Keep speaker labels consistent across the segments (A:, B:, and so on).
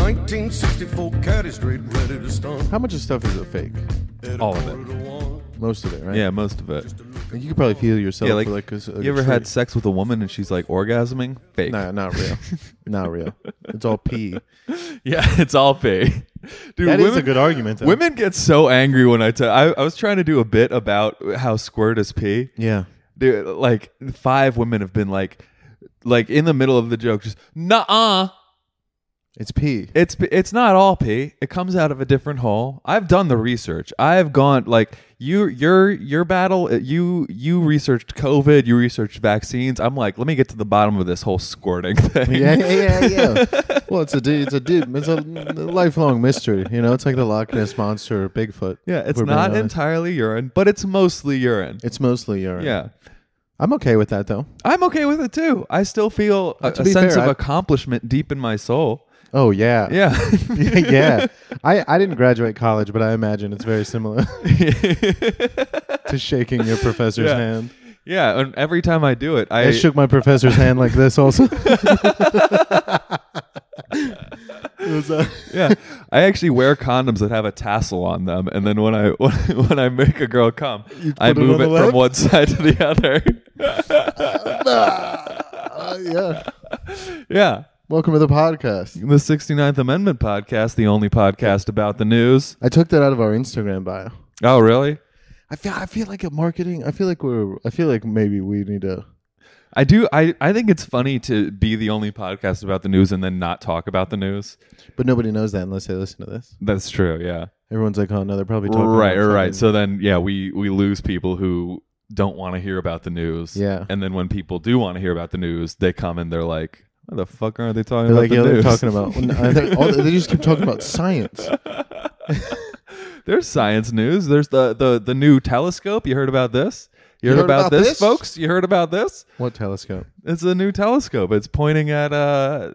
A: 1964 Caddy Street, ready to stunt.
B: How much of stuff is it fake?
C: All of it.
B: Most of it, right?
C: Yeah, most of it.
B: And you could probably feel yourself.
C: Yeah,
B: like,
C: like,
B: for like a, a
C: you ever had
B: straight-
C: sex with a woman and she's like orgasming? Fake.
B: Nah, not real. not real. It's all pee.
C: Yeah, it's all fake. Dude,
B: That is
C: women,
B: a good argument. Though.
C: women get so angry when I tell. I, I was trying to do a bit about how squirt is pee.
B: Yeah.
C: Dude, like five women have been like, like in the middle of the joke, just nah.
B: It's pee.
C: It's it's not all pee. It comes out of a different hole. I've done the research. I've gone like you your your battle. uh, You you researched COVID. You researched vaccines. I'm like, let me get to the bottom of this whole squirting thing.
B: Yeah, yeah, yeah. yeah. well, it's a du- it's a dude. It's a lifelong mystery. You know, it's like the Loch Ness monster or Bigfoot.
C: Yeah,
B: if
C: it's
B: we're being
C: not
B: honest.
C: entirely urine, but it's mostly urine.
B: It's mostly urine.
C: yeah,
B: I'm okay with that though.
C: I'm okay with it too. I still feel a,
B: Uh, to
C: a
B: be
C: sense
B: fair,
C: of
B: I-
C: accomplishment deep in my soul.
B: Oh yeah.
C: Yeah,
B: yeah. I, I didn't graduate college, but I imagine it's very similar to shaking your professor's
C: Yeah.
B: hand.
C: yeah. And every time I do it,
B: I
C: I
B: shook my professor's hand like this also. it was, uh,
C: yeah. I actually wear condoms that have a tassel on them, and then when I when, when I make a girl come, I
B: put it on
C: move it,
B: the left?
C: from one side to the other.
B: uh, yeah.
C: yeah.
B: Welcome to the podcast.
C: The 69th Amendment podcast, the only podcast about the news.
B: I took that out of our Instagram bio.
C: Oh, really?
B: I feel I feel like a marketing. I feel like we're. I feel like maybe we need to.
C: I do. I, I think it's funny to be the only podcast about the news and then not talk about the news.
B: But nobody knows that unless they listen to this.
C: That's true. Yeah.
B: Everyone's like, oh no, they're probably talking.
C: Right.
B: about
C: Right.
B: fucking-
C: So then, yeah, we we lose people who don't want to hear about the news.
B: Yeah.
C: And then when people do want to hear about the news, they come and they're like, "What the fuck are they talking
B: They're like,
C: about?" the
B: yeah, they're
C: news?"
B: talking about. they, they just keep talking about science.
C: There's science news. There's the the the new telescope. You heard about this? You heard, about, this, folks? You heard about this?
B: What telescope?
C: It's a new telescope. It's pointing at uh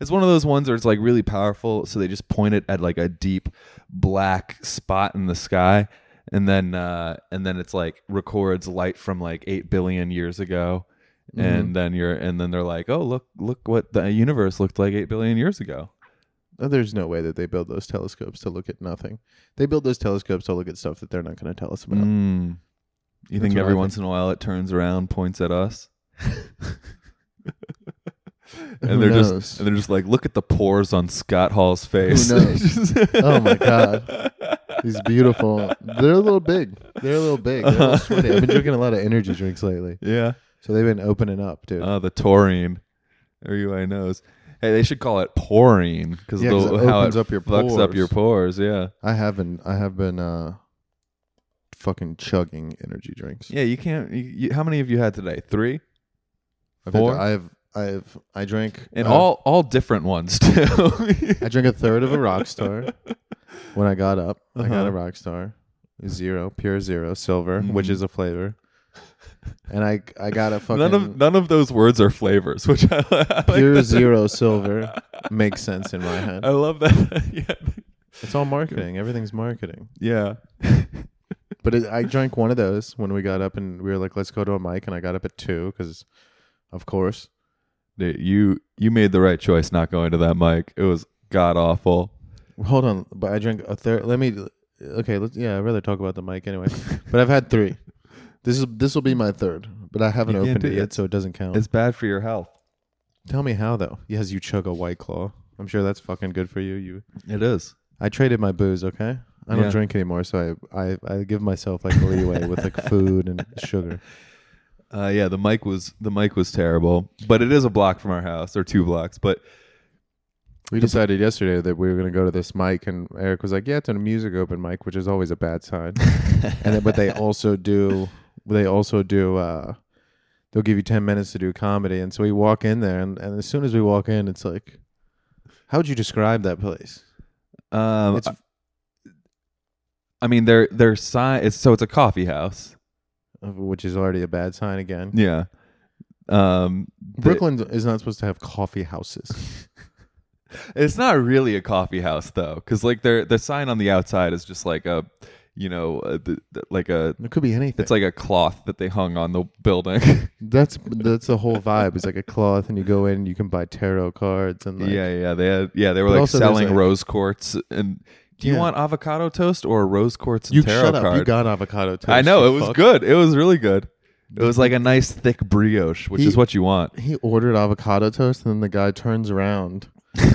C: it's one of those ones where it's like really powerful, so they just point it at like a deep black spot in the sky and then uh and then it's like records light from like 8 billion years ago. And then you're and then they're like, "Oh, look look what the universe looked like 8 billion years ago."
B: Oh, There's no way that they build those telescopes to look at nothing. They build those telescopes to look at stuff that they're not going to tell us about.
C: Mm. You
B: That's
C: think
B: what
C: every
B: I
C: once in a while it turns around, points at us?
B: Who
C: and they're
B: knows?
C: just and they're just like, look at the pores on Scott Hall's face.
B: Who knows? oh my god, these beautiful. They're a little big. They're a little big. They're a little sweaty. I've been drinking a lot of energy drinks lately,
C: yeah.
B: so they've been opening up, dude.
C: Oh, the taurine. Everybody knows. Hey, they should call it porine because
B: Yeah, 'cause it
C: how
B: opens
C: it
B: up your
C: fucks up
B: pores.
C: your pores. Yeah.
B: I have been. I have been. uh Fucking chugging energy drinks.
C: Yeah, you can't. You, you, how many have you had today? Three.
B: I've had
C: Four?
B: to- I've. I've. I drank.
C: And
B: uh,
C: all all different ones too.
B: I drank a third of a rock star when I got up. I got
C: Uh-huh.
B: a rock star, zero, pure zero, silver, which is a flavor. And I I got a fucking
C: Mm-hmm. none of none of those words are flavors, which I, I like
B: pure zero silver makes sense in my head.
C: I love that.
B: It's all marketing. Everything's marketing.
C: yeah.
B: But it, I drank one of those when we got up and we were like, let's go to a mic. And I got up at two because, of course,
C: Dude, you you made the right choice not going to that mic. It was god awful.
B: hold on. But I drank a third. Let me. Okay, let's. Yeah, I'd rather talk about the mic anyway. but I've had three. This is this will be my third, but I haven't
C: You can't
B: opened
C: do
B: it
C: it.
B: yet, so it doesn't count.
C: It's bad for your health.
B: Tell me how though. Yes, you chug a white claw. I'm sure that's fucking good for you. You
C: It is.
B: I traded my booze, okay? I don't
C: Yeah.
B: drink anymore, so I, I I give myself like leeway with like food and sugar.
C: Uh, yeah, the mic was the mic was terrible, but it is a block from our house or two blocks. But
B: We decided yesterday that we were gonna go to this mic and Eric was like, Yeah, it's a music open mic, which is always a bad sign. and then, but they also do they also do uh they'll give you ten minutes to do comedy and so we walk in there and, and as soon as we walk in it's like how would you describe that place?
C: um,
B: It's-
C: I mean, they're they're sign. It's, so it's a coffee house.
B: uh, Which is already a bad sign again.
C: Yeah. Um, the-
B: Brooklyn is not supposed to have coffee houses.
C: It's not really a coffee house though, because like their the sign on the outside is just like a you know, uh, the, the- like a
B: It could be anything.
C: it's like a cloth that they hung on the building.
B: that's that's the whole vibe. It's like a cloth, and you go in, you can buy tarot cards, and like,
C: yeah, yeah, they had, yeah, they were
B: But
C: like
B: also there's,
C: selling
B: like-
C: rose quartz and. Do you
B: Yeah.
C: want avocado toast or a rose quartz and
B: you
C: tarot
B: shut up.
C: card?
B: You got avocado toast.
C: I know
B: you
C: it was
B: fuck.
C: good. It was really good. It was like a nice thick brioche, which
B: He-
C: is what you want.
B: He ordered avocado toast, and then the guy turns around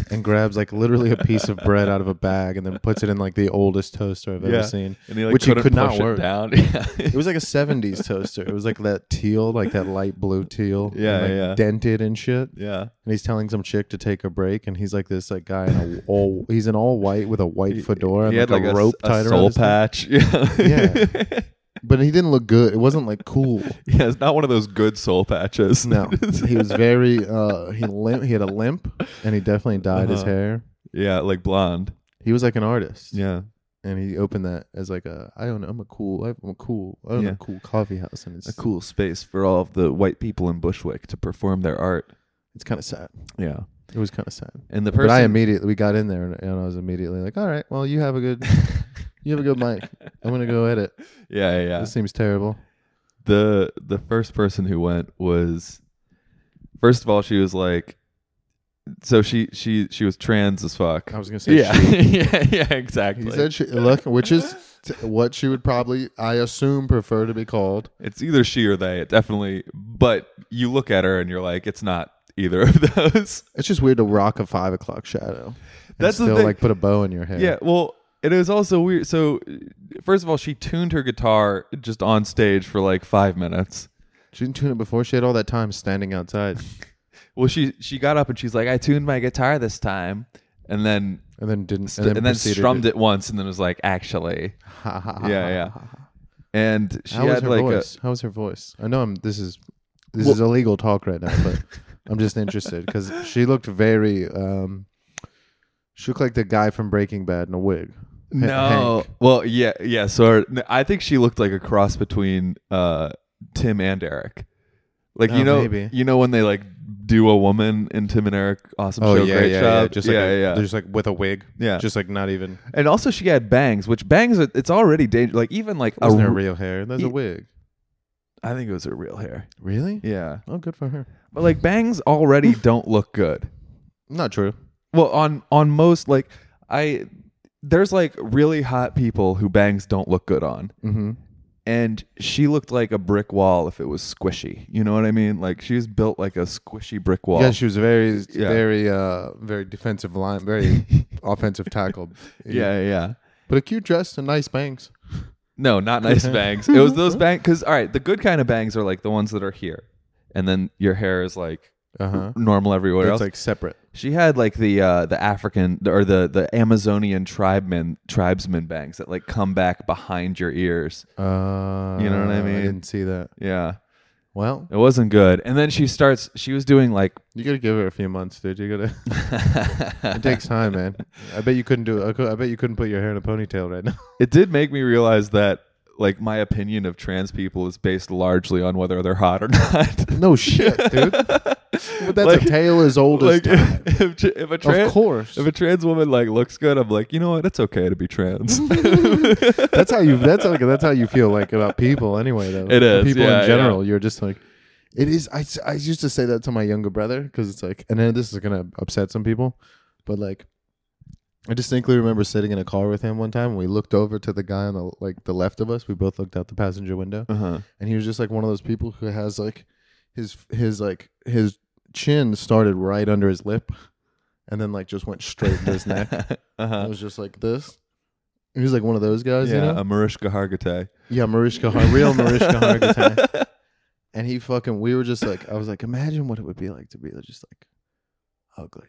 B: and grabs like literally a piece of bread out of a bag, and then puts it in like the oldest toaster I've
C: Yeah.
B: ever seen,
C: And he like
B: which he
C: couldn't
B: could not
C: push
B: work.
C: it down. Yeah.
B: It was like a '70s toaster. It was like that teal, like that light blue teal. and,
C: Yeah,
B: like,
C: yeah.
B: dented and shit.
C: yeah.
B: And he's telling some chick to take a break, and he's like this like guy in a all he's in all white with a white fedora
C: He
B: and
C: had
B: like,
C: like,
B: a,
C: a,
B: rope
C: s- a
B: tied around
C: soul
B: his neck.
C: patch. Yeah.
B: Yeah. but he didn't look good. It wasn't like cool.
C: yeah, it's not one of those good soul patches.
B: No, he was very uh he limp. He had a limp, and he definitely dyed his
C: Uh-huh.
B: hair.
C: yeah, like blonde.
B: He was like an artist,
C: Yeah.
B: and he opened that as like a I own I'm a cool I'm a cool I own
C: Yeah.
B: a cool coffee house, and it's
C: A cool space for all of the white people in Bushwick to perform their art.
B: it's kind of sad.
C: Yeah.
B: It was kind of sad.
C: And the
B: But
C: person
B: I immediately we got in there, and, and I was immediately like, all right, well you have a good you have a good mic. I'm gonna go edit.
C: Yeah, yeah, yeah.
B: This seems terrible.
C: the the first person who went was first of all she was like so she she she was trans as fuck
B: I was gonna say
C: yeah
B: shit.
C: Oh, yeah yeah exactly
B: He said, she, "Look, which is t- what she would probably, I assume, prefer to be called."
C: it's either she or they it definitely but you look at her and you're like it's not either of those
B: It's just weird to rock a five o'clock shadow. and
C: That's the
B: still
C: thing.
B: like put a bow in your hair.
C: yeah well it was also weird so first of all she tuned her guitar just on stage for like five minutes
B: she didn't tune it before. She had all that time standing outside,
C: well she she got up and she's like i tuned my guitar this time and then
B: and then didn't,
C: and then,
B: proceeded
C: strummed
B: to-
C: it once and then was like actually
B: Ha, ha, ha,
C: yeah,
B: ha,
C: yeah.
B: ha, ha.
C: and she
B: How was
C: had
B: her
C: like
B: voice? How was her voice? I know I'm. This is this
C: Well-
B: is illegal talk right now, but I'm just interested because she looked very. um She looked like the guy from Breaking Bad in a wig.
C: a
B: Ha-
C: no. Oh,
B: Hank.
C: Well, yeah, yeah. So her- n- I think she looked like a cross between uh, Tim and Eric. Like you
B: Oh,
C: know,
B: maybe.
C: you know when they like do a woman in Tim and Eric, awesome
B: Oh,
C: show, great job,
B: Just like
C: yeah,
B: a-
C: yeah, yeah.
B: Just like with a wig.
C: Yeah.
B: Just like not even.
C: And also she had bangs, which bangs are, it's already dangerous. Like even like a,
B: Wasn't her
C: r-
B: real hair? That's a
C: Ye-
B: wig.
C: I think it was her real hair.
B: Really?
C: Yeah,
B: Oh, good for her.
C: but like bangs already don't look good.
B: Not true.
C: Well, on on most like I there's like really hot people who bangs don't look good on.
B: Mm-hmm.
C: and she looked like a brick wall if it was squishy. You know what I mean? Like she was built like a squishy brick wall.
B: yeah, she was very,
C: Yeah.
B: very, uh, very defensive line, very offensive tackle.
C: yeah, yeah, yeah.
B: But a cute dress and nice bangs.
C: No, not nice bangs. It was those bangs because all right, the good kind of bangs are like the ones that are here, and then your hair is like
B: Uh huh.
C: normal everywhere
B: It's
C: else.
B: like separate.
C: she had like the uh, the African or the the Amazonian tribemen tribesmen bangs that like come back behind your ears.
B: Uh,
C: You know what I mean?
B: I didn't see that.
C: Yeah,
B: Well,
C: it wasn't good. And then she starts. She was doing like.
B: you gotta give her a few months, dude. You gotta. it takes time, man. I bet you couldn't do it. I cou- I bet you couldn't put your hair in a ponytail right now.
C: it did make me realize that like my opinion of trans people is based largely on whether they're hot or not.
B: no shit, dude. But that's
C: Like-
B: a tale as old
C: like
B: as time.
C: if, if, tra- if a
B: Of
C: trans
B: course.
C: if a trans woman like looks good, I'm like, you know what? It's okay to be trans.
B: That's how you. That's like that's how you feel like about people anyway. Though
C: It is,
B: people
C: yeah,
B: in general. You're just like it is. I, s- I used to say that to my younger brother because it's like, and then this is gonna upset some people, but like, I distinctly remember sitting in a car with him one time. and We looked over to the guy on the like the left of us. We both looked out the passenger window,
C: uh-huh.
B: and he was just like one of those people who has like his his like his chin started right under his lip, and then like just went straight to his neck. It
C: Uh-huh.
B: was just like this. He was like one of those guys,
C: Yeah,
B: you know.
C: a Mariska Hargitay.
B: Yeah, Mariska, Har- real Mariska Hargitay. And he fucking, we were just like, I was like, imagine what it would be like to be just like ugly.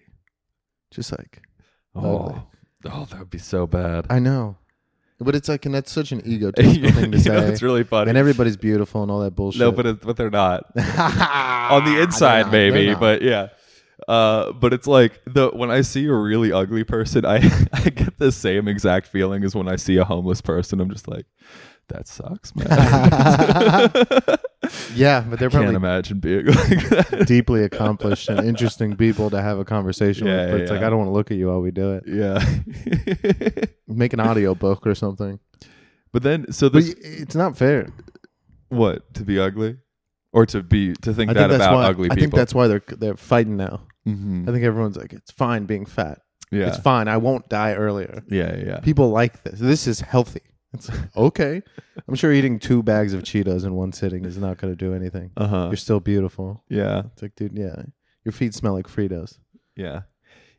B: Just like, Ugly.
C: Oh, oh, that would be so bad.
B: I know. But it's like, and that's such an
C: You
B: egotistical thing to
C: know,
B: say.
C: it's really funny.
B: and everybody's beautiful and all that bullshit.
C: no, but it, but they're not.
B: on
C: on the inside maybe but yeah uh, but it's like the when I see a really ugly person, I I get the same exact feeling as when I see a homeless person. I'm just like, that sucks, man.
B: yeah, but they're
C: Can't
B: probably
C: imagine being like that.
B: deeply accomplished and interesting people to have a conversation
C: Yeah,
B: with. But it's
C: yeah.
B: like, I don't want to look at you while we do it.
C: Yeah.
B: Make an audio book or something.
C: but But then, so
B: But
C: this
B: y- it's not fair.
C: what to be ugly, or to be to think
B: I
C: that
B: think that's
C: about
B: why.
C: ugly
B: I
C: people.
B: think that's why they're they're fighting now.
C: Mhm.
B: I think everyone's like, it's fine being fat.
C: yeah.
B: It's fine. I won't die earlier.
C: yeah, yeah, yeah.
B: People like this. This is healthy. It's like, okay. I'm sure eating two bags of Cheetos in one sitting is not going to do anything.
C: Uh huh.
B: You're still beautiful.
C: Yeah,
B: It's like, dude, yeah. Your feet smell like Fritos.
C: yeah.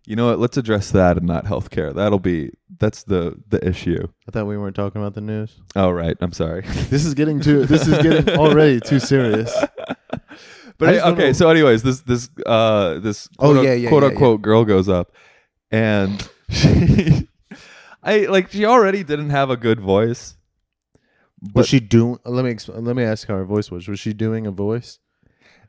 C: You know what? Let's address that and not healthcare. That'll be that's the the issue.
B: I thought we weren't talking about the news.
C: Oh right, I'm sorry.
B: This is getting too. This is getting already too serious.
C: But
B: I just
C: hey, okay,
B: don't-
C: so anyways, this this uh this
B: Oh,
C: quote,
B: yeah, yeah,
C: quote
B: yeah,
C: unquote girl goes up and she I like she already didn't have a good voice. But
B: was she doing? Let me exp- let me ask how her voice was. Was she doing a voice?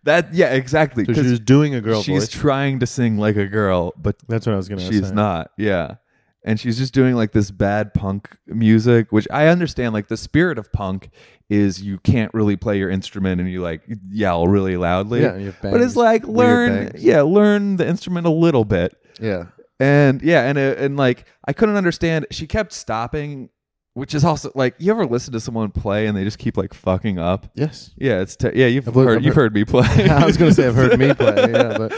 C: that yeah, exactly.
B: So she
C: 'cause
B: was doing a girl
C: she's
B: voice.
C: trying to sing like a girl, but
B: That's what I was gonna.
C: she's
B: say.
C: not. Yeah. And she's just doing like this bad punk music, which I understand. Like the spirit of punk is you can't really play your instrument and you like yell really loudly.
B: Yeah, and you have
C: but it's
B: bangs,
C: like
B: weird
C: learn,
B: bangs.
C: yeah, learn the instrument a little bit.
B: Yeah.
C: And yeah, and uh, and like I couldn't understand. She kept stopping, which is also like you ever listen to someone play and they just keep like fucking up.
B: Yes.
C: Yeah, it's te- yeah you've
B: I've
C: heard,
B: heard- I've
C: you've heard me play.
B: I was gonna say I've heard me play. Yeah, but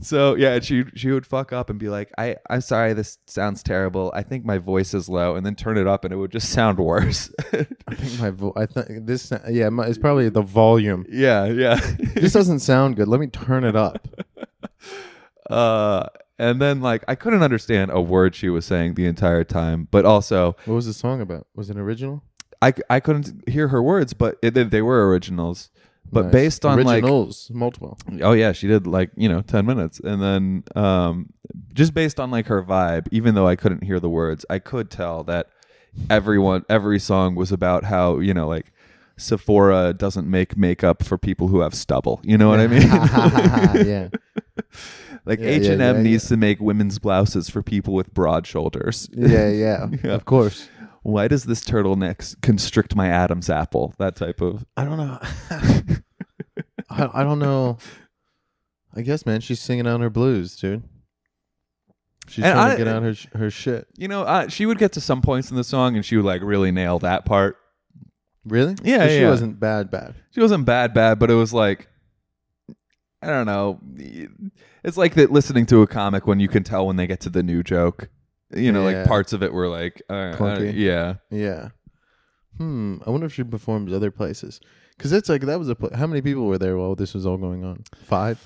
C: so yeah, and she she would fuck up and be like, I I'm sorry, this sounds terrible. I think my voice is low, and then turn it up, and it would just sound worse.
B: I think my vo- I think this. Yeah, my, it's probably the volume.
C: yeah, yeah.
B: This doesn't sound good. Let me turn it up.
C: Uh, and then like I couldn't understand a word she was saying the entire time, but also
B: What was the song about? Was it original?
C: I, I couldn't hear her words, but it, they- they were originals. But
B: Nice.
C: based on
B: originals, multiple.
C: like, oh yeah, she did like you know ten minutes, and then um, just based on like her vibe, even though I couldn't hear the words, I could tell that everyone every song was about how you know like Sephora doesn't make makeup for people who have stubble. You know what I mean?
B: yeah.
C: like
B: Yeah, yeah,
C: H and
B: yeah,
C: M needs to make women's blouses for people with broad shoulders.
B: yeah, yeah,
C: Yeah.
B: Of course.
C: Why does this turtleneck s- constrict my Adam's apple? That type of
B: I don't know. I, I don't know. I guess, man, she's singing out her blues, dude. She's
C: And
B: trying
C: I-
B: to get out her sh- her shit.
C: you know, uh, she would get to some points in the song and she would like really nail that part.
B: Really?
C: Yeah,
B: So She
C: yeah.
B: wasn't bad, bad.
C: She wasn't bad, bad, but it was like, I don't know. It's like that listening to a comic when you can tell when they get to the new joke. You know,
B: Yeah.
C: like parts of it were like, uh, I don't-
B: Clunky.
C: yeah,
B: Yeah. Hmm. I wonder if she performs other places. Cause that's like that was a pla how many people were there while this was all going on? Five.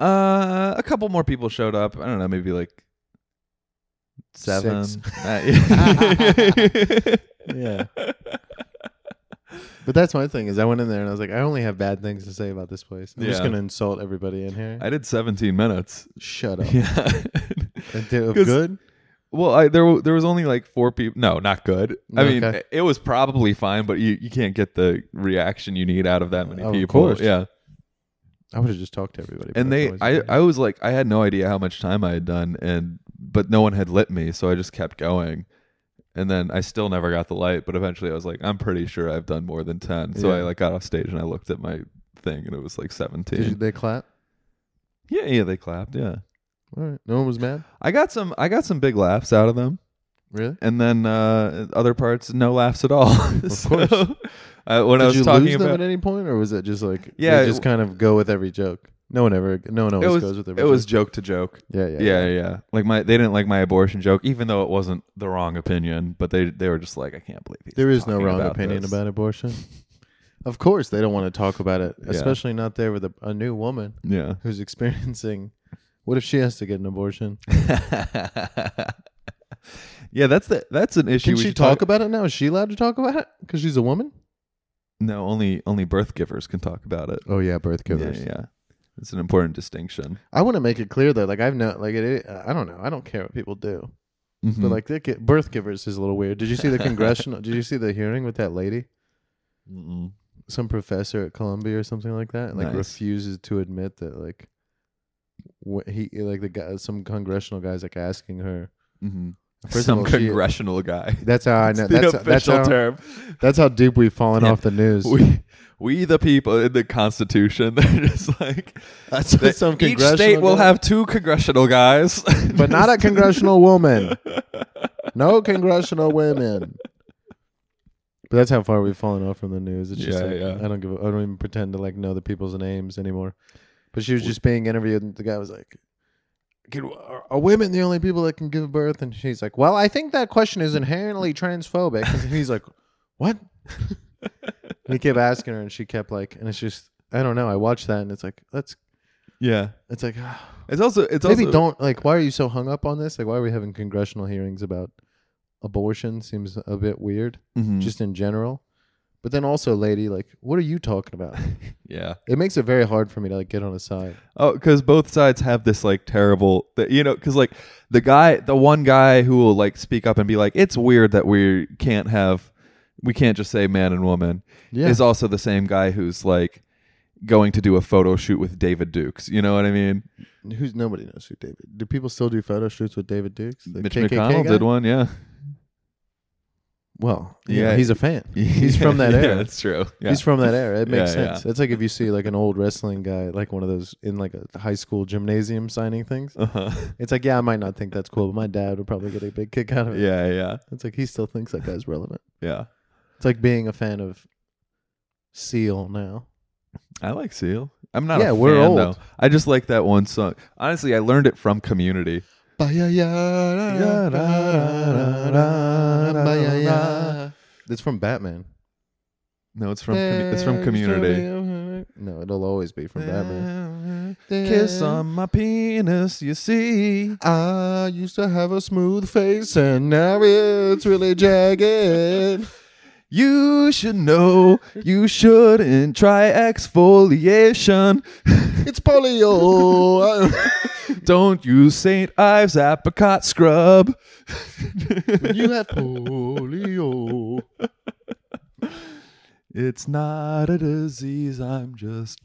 C: uh, a couple more people showed up. I don't know, maybe like seven.
B: Six.
C: Uh, yeah.
B: Yeah. but that's my thing is I went in there and I was like, I only have bad things to say about this place. I'm just
C: Yeah.
B: gonna insult everybody in here.
C: I did 17 minutes.
B: Shut up.
C: Yeah.
B: And do-
C: 'Cause-
B: good.
C: Well, I, there wa- there was only like four people. No, not good. I mean,
B: Okay.
C: it was probably fine, but you, you can't get the reaction you need out of that many
B: Of
C: people.
B: course.
C: Yeah,
B: I would have just talked to everybody. but
C: and
B: that's
C: they,
B: always
C: I,
B: okay.
C: I was like, I had no idea how much time I had done, and but no one had lit me, so I just kept going, and then I still never got the light. But eventually, I was like, I'm pretty sure I've done more than ten. So
B: Yeah.
C: I like got off stage and I looked at my thing, and it was like
B: Did you,
C: seventeen.
B: they clap?
C: yeah, yeah, they clapped. Yeah,
B: All right. No one was mad.
C: I got some, I got some big laughs out of them.
B: Really?
C: and then uh, other parts no laughs at all. Of
B: course.
C: uh, when
B: Did
C: I was
B: you
C: talking
B: lose them at
C: about
B: any point, or was it just like
C: Yeah,
B: yeah,
C: it
B: just kind of go with every joke? No one ever. No one
C: it
B: always goes
C: was
B: with
C: it
B: every.
C: was
B: joke.
C: joke to joke.
B: Yeah, yeah,
C: Yeah, yeah, Like my they didn't like my abortion joke, even though it wasn't the wrong opinion. But they they were just like, I can't believe he's
B: There is no
C: talking
B: wrong
C: about
B: opinion
C: this.
B: about abortion. Of course, they don't want to talk about it,
C: Yeah.
B: especially not there with a, a new woman
C: Yeah.
B: who's experiencing. What if she has to get an abortion?
C: yeah, that's the that's an issue.
B: Can
C: we
B: she
C: should
B: talk about it now? Is she allowed to talk about it because she's a woman?
C: No, only only birth givers can talk about it.
B: Oh yeah, birth
C: Yeah, yeah. It's an important distinction.
B: I want to make it clear though, like I've no, like it, I don't know, I don't care what people do,
C: Mhm.
B: but like they get, birth givers is a little weird. Did you see the congressional? did you see the hearing with that lady?
C: Mm-mm.
B: some professor at Columbia or something like that, and like
C: Nice.
B: refuses to admit that like what he like the guy some congressional guys like asking her.
C: Mhm.
B: First of
C: some
B: all, she-
C: congressional guy.
B: That's how I know.
C: It's the
B: That's, that's
C: official
B: how
C: term.
B: that's how deep we've fallen
C: Yeah.
B: off the news.
C: we we the people in the Constitution. They're just like
B: that's what some
C: each
B: congressional
C: state will
B: guy-
C: have two congressional guys.
B: but not a congressional woman. No congressional women. But that's how far we've fallen off from the news. It's just
C: Yeah,
B: like,
C: yeah.
B: I don't give. A, I don't even pretend to like know the people's names anymore. But she was just being interviewed, and the guy was like, "Can are, are women the only people that can give birth?" And she's like, "Well, I think that question is inherently transphobic." And he's like, "What?" and he kept asking her, and she kept like, and it's just, I don't know. I watched that, and it's like, that's,
C: Yeah.
B: it's like,
C: It's also it's
B: maybe
C: also
B: don't like. Why are you so hung up on this? Like, why are we having congressional hearings about abortion? Seems a bit weird
C: Mhm.
B: just in general. But then also, lady, like, what are you talking about?
C: yeah.
B: it makes it very hard for me to like get on a side.
C: Oh, because both sides have this like terrible, th- you know, because like the guy, the one guy who will like speak up and be like, it's weird that we can't have, we can't just say man and woman,
B: Yeah.
C: is also the same guy who's like going to do a photo shoot with David Dukes. You know what I mean?
B: Who's nobody knows who David? Do people still do photo shoots with David Dukes? The
C: Mitch
B: KKK
C: McConnell
B: guy?
C: did one. Yeah.
B: Well, yeah,
C: Yeah.
B: he's a fan. He's from that
C: yeah,
B: era.
C: That's true. Yeah.
B: He's from that era. It makes
C: Yeah, yeah.
B: sense. It's like if you see like an old wrestling guy, like one of those in like a high school gymnasium signing things.
C: uh-huh.
B: It's like, yeah, I might not think that's cool, but my dad would probably get a big kick out of it.
C: Yeah. Yeah.
B: It's like he still thinks that guy's relevant.
C: Yeah.
B: It's like being a fan of Seal now.
C: I like Seal. I'm not
B: Yeah,
C: a fan
B: we're old.
C: though. I just like that one song. Honestly, I learned it from Community.
B: It's from Batman.
C: No, it's from commu- it's from Community.
B: No, it'll always be from Batman.
C: Kiss on my penis, you see.
B: I used to have a smooth face and now it's really jagged.
C: You should know you shouldn't try exfoliation.
B: It's polio.
C: Don't use St. Ives apricot scrub.
B: you have polio.
C: It's not a disease. I'm just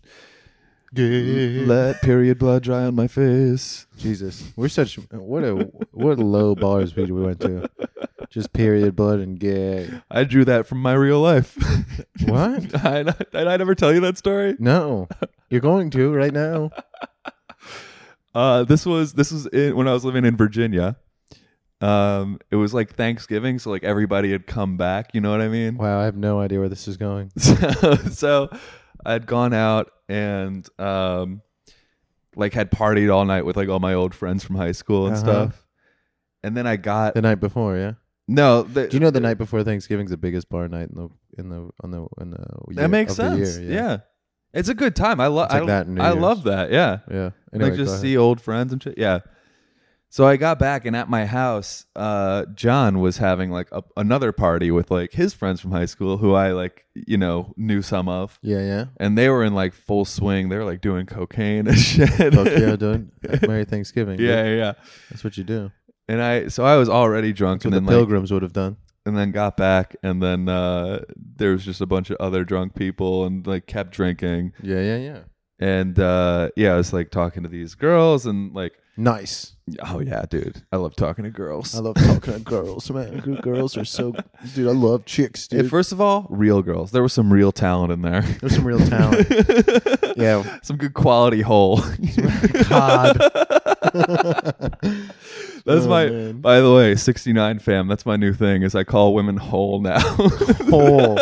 B: Gay.
C: let period blood dry on my face.
B: Jesus, we're such what a what low bars we we went to. Just period blood and gay.
C: I drew that from my real life.
B: What?
C: I, did I never tell you that story?
B: No, you're going to right now.
C: Uh, this was this was in, when I was living in Virginia. Um, it was like Thanksgiving, so like everybody had come back. You know what I mean?
B: Wow, I have no idea where this is going.
C: So, so I'd gone out and um, like had partied all night with like all my old friends from high school and
B: Uh-huh.
C: stuff. And then I got
B: The night before, yeah.
C: no. The,
B: Do you know the night before Thanksgiving's the biggest bar night in the in the on the in the year,
C: that makes
B: of the year,
C: sense? yeah. it's a good time. I love.
B: It's like
C: I,
B: that in New
C: I
B: Year's.
C: love that. Yeah.
B: yeah. Anyway,
C: like
B: go
C: just
B: ahead.
C: see old friends and shit. Yeah. So I got back and at my house, uh, John was having like a, another party with like his friends from high school who I like, you know, knew some of.
B: Yeah, yeah.
C: And they were in like full swing. They were like doing cocaine and shit.
B: Fuck yeah, dude. Merry Thanksgiving. dude.
C: yeah, yeah, yeah.
B: that's what you do.
C: And I so I was already drunk
B: That's what
C: and
B: the
C: then like
B: pilgrims would have done.
C: and then got back and then uh there was just a bunch of other drunk people and like kept drinking.
B: Yeah, yeah, yeah.
C: And uh yeah, I was like talking to these girls and like
B: Nice.
C: oh yeah, dude. I love talking to girls.
B: I love talking to girls, man. Girls are so, dude. I love chicks,
C: Hey,
B: dude.
C: first of all, real girls. There was some real talent in there.
B: There's some real talent. yeah.
C: some good quality hole.
B: God.
C: That's
B: Oh,
C: my
B: man.
C: by the way, 69 fam, that's my new thing is I call women hole now.
B: hole.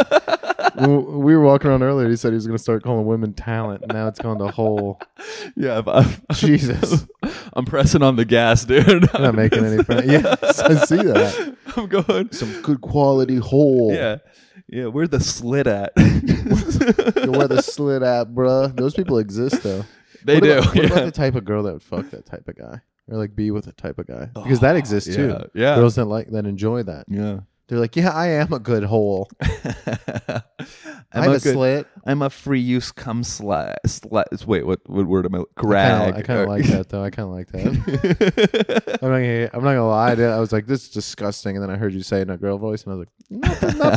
B: W- we were walking around earlier. He said he was going to start calling women talent. and Now it's gone to hole.
C: yeah, but I'm,
B: Jesus.
C: I'm pressing on the gas, dude.
B: I'm not making any friends. Yes, I see that.
C: I'm going.
B: Some good quality hole.
C: Yeah. Yeah, where the slit at?
B: Yo, where the slit at, bruh. Those people exist, though.
C: they
B: what
C: do.
B: About,
C: yeah.
B: What about the type of girl that would fuck that type of guy? Or like be with a type of guy? Because that exists too.
C: Oh, yeah, yeah.
B: Girls that like that enjoy that.
C: yeah.
B: They're like, yeah, I am a good hole.
C: I'm
B: I'm
C: a
B: a
C: good-
B: slit.
C: I'm a free use cum slut. slut wait, what, what word am I?
B: Kinda-
C: Grag.
B: I kind of like that though. I kind of like that. I'm not gonna. I'm not gonna lie. Dude. I was like, this is disgusting, and then I heard you say it in a girl voice, and I was like, not, not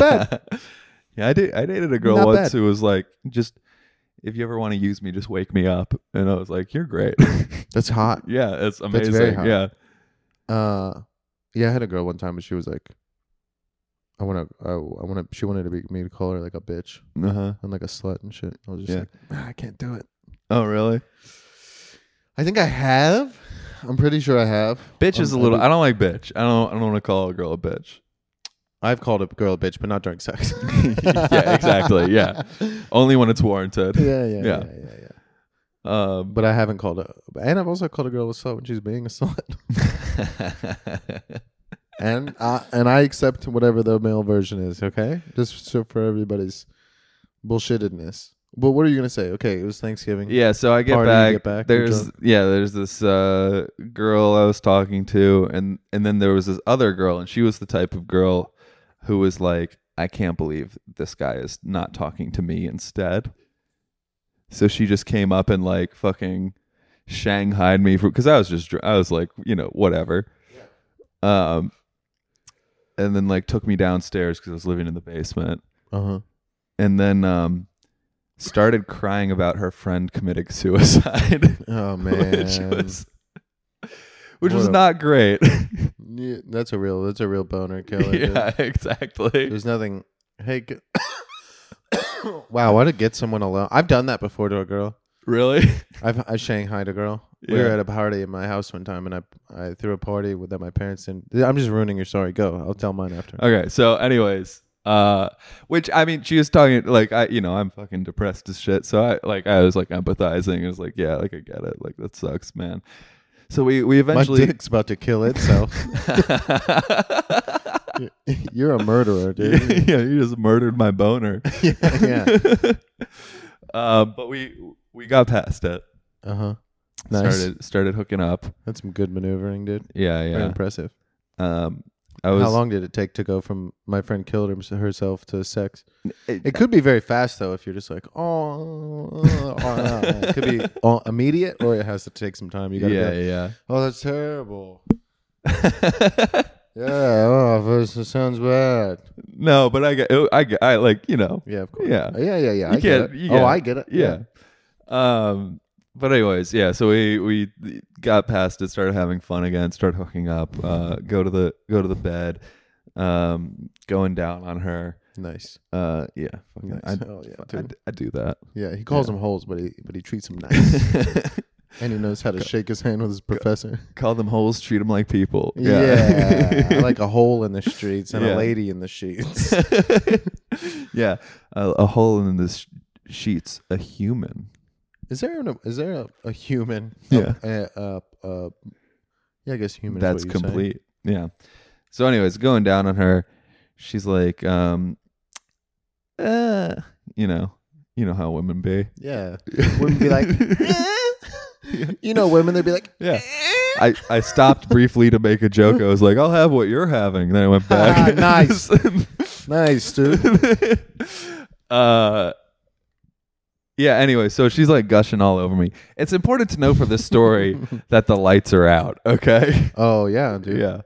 B: bad.
C: Yeah, I did. I dated a girl
B: Not
C: once
B: bad.
C: who was like, "Just if you ever want to use me, just wake me up." And I was like, "You're great."
B: That's hot.
C: yeah, it's
B: That's
C: amazing.
B: very hot.
C: yeah,
B: Uh, yeah, I had a girl one time, but she was like, I want to. I, I want to. She wanted to be me to call her like a bitch
C: uh huh.
B: and like a slut and shit. I was just
C: Yeah.
B: like, "Ah, I can't do it.
C: Oh, really?
B: I think I have. I'm pretty sure I have.
C: Bitch
B: Um,
C: is a little.
B: I
C: I don't like bitch. I don't. I don't want to call a girl a bitch.
B: I've called a girl a bitch, but not during sex.
C: yeah, exactly. Yeah, only when it's warranted.
B: yeah, yeah,
C: Yeah.
B: yeah, yeah, yeah.
C: Um,
B: But I haven't called a, and I've also called a girl a slut when she's being a slut. and I, and I accept whatever the male version is. Okay, just so for everybody's bullshittedness. But what are you gonna say? Okay, it was Thanksgiving.
C: yeah, so I get
B: Party,
C: back.
B: get back, you're
C: There's
B: drunk.
C: yeah, there's this uh, girl I was talking to, and and then there was this other girl, and she was the type of girl who was like, I can't believe this guy is not talking to me instead. So she just came up and like fucking shanghaied me for because I was just dr- I was like you know whatever, um, and then like took me downstairs because I was living in the basement,
B: Uh huh.
C: and then um, started crying about her friend committing suicide,
B: Oh man,
C: which was which
B: What
C: was
B: a-
C: not great.
B: Yeah, that's a real that's a real boner killer. dude.
C: yeah, exactly.
B: There's nothing. Hey. G- wow, why to get someone alone? I've done that before to a girl.
C: Really?
B: I've I shanghaied a girl. We were
C: Yeah.
B: at a party at my house one time, and I I threw a party with that my parents didn't. I'm just ruining your story. Go, I'll tell mine after.
C: Okay, so anyways, uh which I mean she was talking like I you know, I'm fucking depressed as shit. So I like I was like empathizing. I was like, yeah, like I get it. Like that sucks, man. So we we
B: my
C: eventually
B: dick's about to kill itself. You're a murderer, dude.
C: yeah, you just murdered my boner.
B: yeah.
C: Uh, but we we got past it.
B: Uh huh. Nice.
C: Started started hooking up.
B: That's some good maneuvering, dude.
C: Yeah,
B: Very
C: yeah.
B: impressive.
C: Um, I was
B: How long did it take to go from my friend killed him- herself to sex?
C: It-
B: It could be very fast though, if you're just like, oh, oh, oh." it could be oh, immediate, or it has to take some time. You gotta,
C: yeah,
B: be like,
C: yeah.
B: oh, that's terrible. yeah, oh, this this sounds bad.
C: No, but I get, I get, I like, you know,
B: Yeah, of course.
C: Yeah.
B: yeah, yeah, yeah.
C: You
B: I get
C: get-
B: it.
C: you
B: oh,
C: get
B: I
C: it.
B: get it.
C: yeah. Um, but anyways, yeah. So we we got past it, started having fun again, started hooking up. Uh, go to the go to the bed, um, going down on her.
B: nice.
C: Uh, yeah, fucking,
B: nice.
C: I,
B: oh, yeah,
C: I,
B: dude.
C: I do that.
B: yeah, he calls them holes, but he but he treats them nice, and he knows how to shake his hand with his professor.
C: Call them holes, treat them like people.
B: Yeah, I like a hole in the streets and
C: Yeah.
B: a lady in the sheets.
C: yeah. A, a hole in this sheets, a human.
B: Is there an, is there a, a human?
C: Yeah.
B: A, a, a, a- yeah, I guess Oh, human. is
C: That's
B: what you're saying.
C: complete. Yeah. So, anyways, going down on her, she's like, um, uh, you know, you know how women be.
B: Yeah. Women be like, "Eh?" you know, women they'd be like,
C: Yeah. I, I stopped briefly to make a joke. I was like, I'll have what you're having. Then I went back.
B: Ah, Nice. nice, dude.
C: uh, yeah, anyway, so she's like gushing all over me. It's important to know for this story that the lights are out, okay?
B: Oh yeah, dude.
C: Yeah.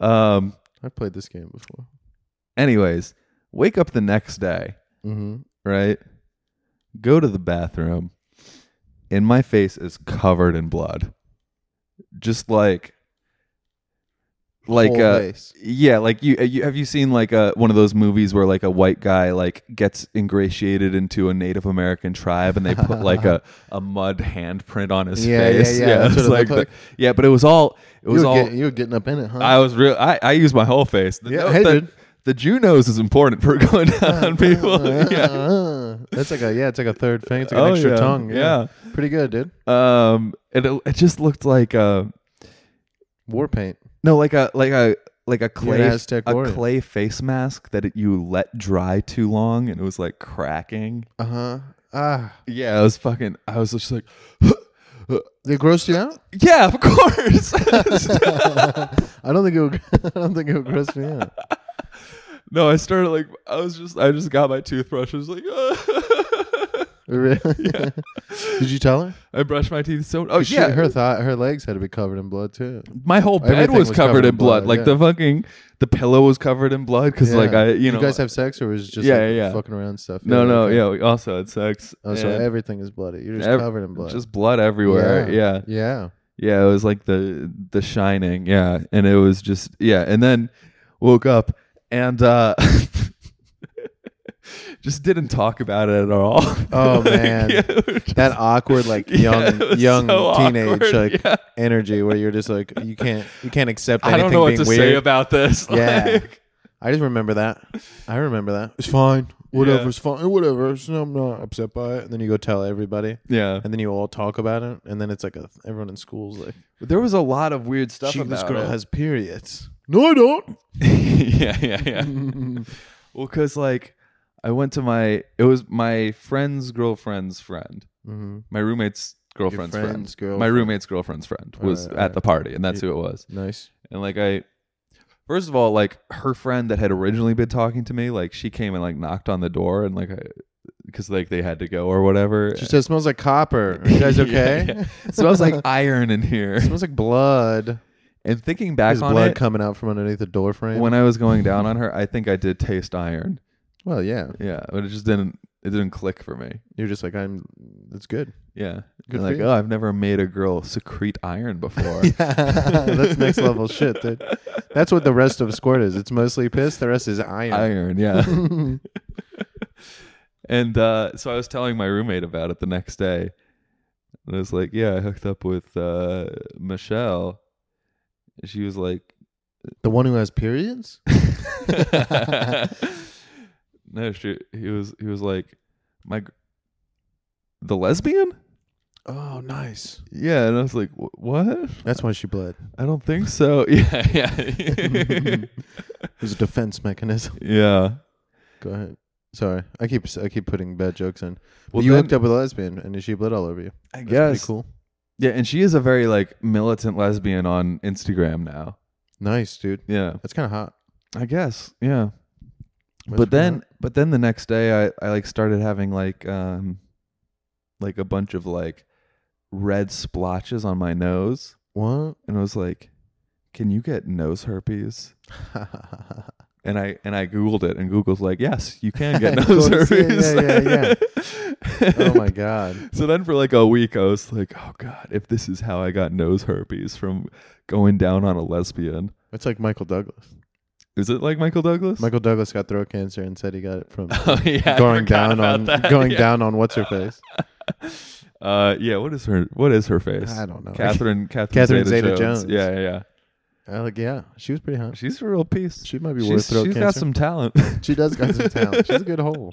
C: Um,
B: I've played this game before.
C: anyways, wake up the next day,
B: Mm-hmm.
C: right? Go to the bathroom, and my face is covered in blood. Just like, like,
B: Whole
C: uh,
B: face.
C: yeah, like you, uh, you have you seen like a one of those movies where like a white guy like gets ingratiated into a Native American tribe and they put like a, a mud handprint on his
B: Yeah, yeah,
C: face.
B: yeah, that's
C: it's
B: what it
C: like
B: looked like.
C: the- yeah, but it was all it
B: You
C: was
B: were,
C: all
B: getting, you were getting up in it, huh?
C: I was real. I, I use my whole face. The,
B: Yeah,
C: no-
B: hey,
C: the,
B: dude. Oh,
C: the Jew nose is important for going down on people. yeah.
B: Uh, that's like a yeah, it's like a third thing. It's like an
C: Oh,
B: extra
C: yeah.
B: tongue.
C: Yeah.
B: pretty good, dude.
C: Um. And it, it just looked like uh
B: War paint.
C: no like a like a like a clay
B: Aztec
C: a
B: warrior.
C: clay face mask that it, you let dry too long and it was like cracking.
B: Uh huh. Ah,
C: Yeah, I was fucking. I was just like,
B: they grossed you out.
C: yeah, of course.
B: I don't think it. Would, I don't think it would gross me out.
C: no, I started like I was just I just got my toothbrush. I was like,
B: Really? Did you tell her?
C: I brushed my teeth so. Oh
B: She-
C: yeah,
B: her thigh, her legs had to be covered in blood too.
C: my whole bed
B: Everything
C: was,
B: was
C: covered, in blood. Like
B: yeah.
C: the fucking the pillow was covered in blood because
B: Yeah.
C: like I you know
B: guys have sex or was it just
C: Yeah,
B: like,
C: yeah, yeah.
B: fucking around stuff?
C: no no
B: okay.
C: yeah we also had sex.
B: Oh, so
C: and
B: everything is bloody. You're just
C: ev-
B: covered in blood.
C: Just blood everywhere. yeah.
B: yeah.
C: Yeah, it was like the the shining. Yeah, and it was just yeah, and then woke up and uh just didn't talk about it at all.
B: Oh, man.
C: yeah, it was just-
B: That awkward, like
C: Yeah,
B: young,
C: it was
B: young
C: so
B: teenage
C: awkward,
B: like
C: yeah.
B: energy where you're just like you can't, you can't accept
C: I
B: anything
C: don't know what
B: being
C: to
B: weird.
C: say about this.
B: Yeah.
C: like-
B: I just remember that. I remember that. It's fine. Whatever. It's fine. Whatever. It's- I'm not upset by it. And then you go tell everybody,
C: Yeah.
B: and then you all talk about it, and then it's like a, everyone in school's like,
C: There was a lot of weird stuff
B: "She,
C: about
B: this girl
C: it.
B: has periods." No, I don't.
C: yeah, yeah, yeah. well, because like I went to my it was my friend's girlfriend's friend,
B: Mm-hmm.
C: my roommate's girlfriend's
B: friend's
C: friend, my
B: girlfriend. Oh,
C: roommate's girlfriend's friend was
B: Alright,
C: at the party, and that's who it was.
B: Nice.
C: And like I, first of all, like her friend that had originally been talking to me, like she came and like knocked on the door, and like I, because like they had to go or whatever.
B: She said, it "Smells like copper. Are you guys
C: Yeah,
B: okay?
C: yeah. smells like iron in here.
B: smells like blood.
C: And thinking back
B: There's
C: on
B: blood
C: it,
B: coming out from underneath the door frame.
C: when I was going down on her, I think I did taste iron.
B: well, yeah.
C: Yeah, but it just didn't. It didn't click for me.
B: You're just like, I'm. That's good.
C: Yeah.
B: Good for
C: And like,
B: you.
C: oh, I've never made a girl secrete iron before.
B: that's next level shit, dude. That's what the rest of squirt is. It's mostly piss. The rest is iron.
C: Iron, yeah. and uh, so I was telling my roommate about it the next day. And I was like, yeah, I hooked up with uh, Michelle. And She was like,
B: The one who has periods.
C: no, she, he was, he was like, my, gr- the lesbian?
B: Oh, nice.
C: Yeah. And I was like, "Wh- what?
B: That's why she bled.
C: I don't think so. Yeah. Yeah.
B: It was a defense mechanism.
C: yeah.
B: Go ahead. Sorry, I keep I keep putting bad jokes in. Well,
C: Well,
B: you
C: then-
B: hooked up with a lesbian, and she bled all over you.
C: I
B: That's pretty cool.
C: Yeah, and she is a very like militant lesbian on Instagram now.
B: Nice, dude.
C: Yeah,
B: That's kind of hot.
C: I guess. Yeah,
B: That's
C: but
B: pretty
C: then,
B: hot.
C: but then the next day, I I like started having like um, like a bunch of like red splotches on my nose,
B: what?
C: and I was like, "Can you get nose herpes?" And I and I googled it, and Google's like, "Yes, you can get
B: Of
C: nose
B: course, yeah,
C: herpes."
B: yeah, yeah,
C: yeah.
B: oh my god.
C: So then for like a week, I was like, oh God, if this is how I got nose herpes from going down on a lesbian,
B: It's like Michael Douglas.
C: is it like Michael Douglas?
B: Michael Douglas got throat cancer and said he got it from
C: oh, yeah, I
B: going
C: forgot
B: down
C: about
B: on
C: that.
B: going
C: Yeah.
B: down on what's her face.
C: Uh, yeah, what is her what is her face?
B: I don't know.
C: Catherine Catherine,
B: Catherine
C: Zeta-Jones.
B: Zeta-Jones.
C: Yeah, yeah, yeah.
B: I Uh, like yeah, she was pretty hot.
C: She's a real piece.
B: She might be worth
C: She's,
B: throat
C: she's
B: cancer.
C: got some talent.
B: she does got some talent. She's a good hole.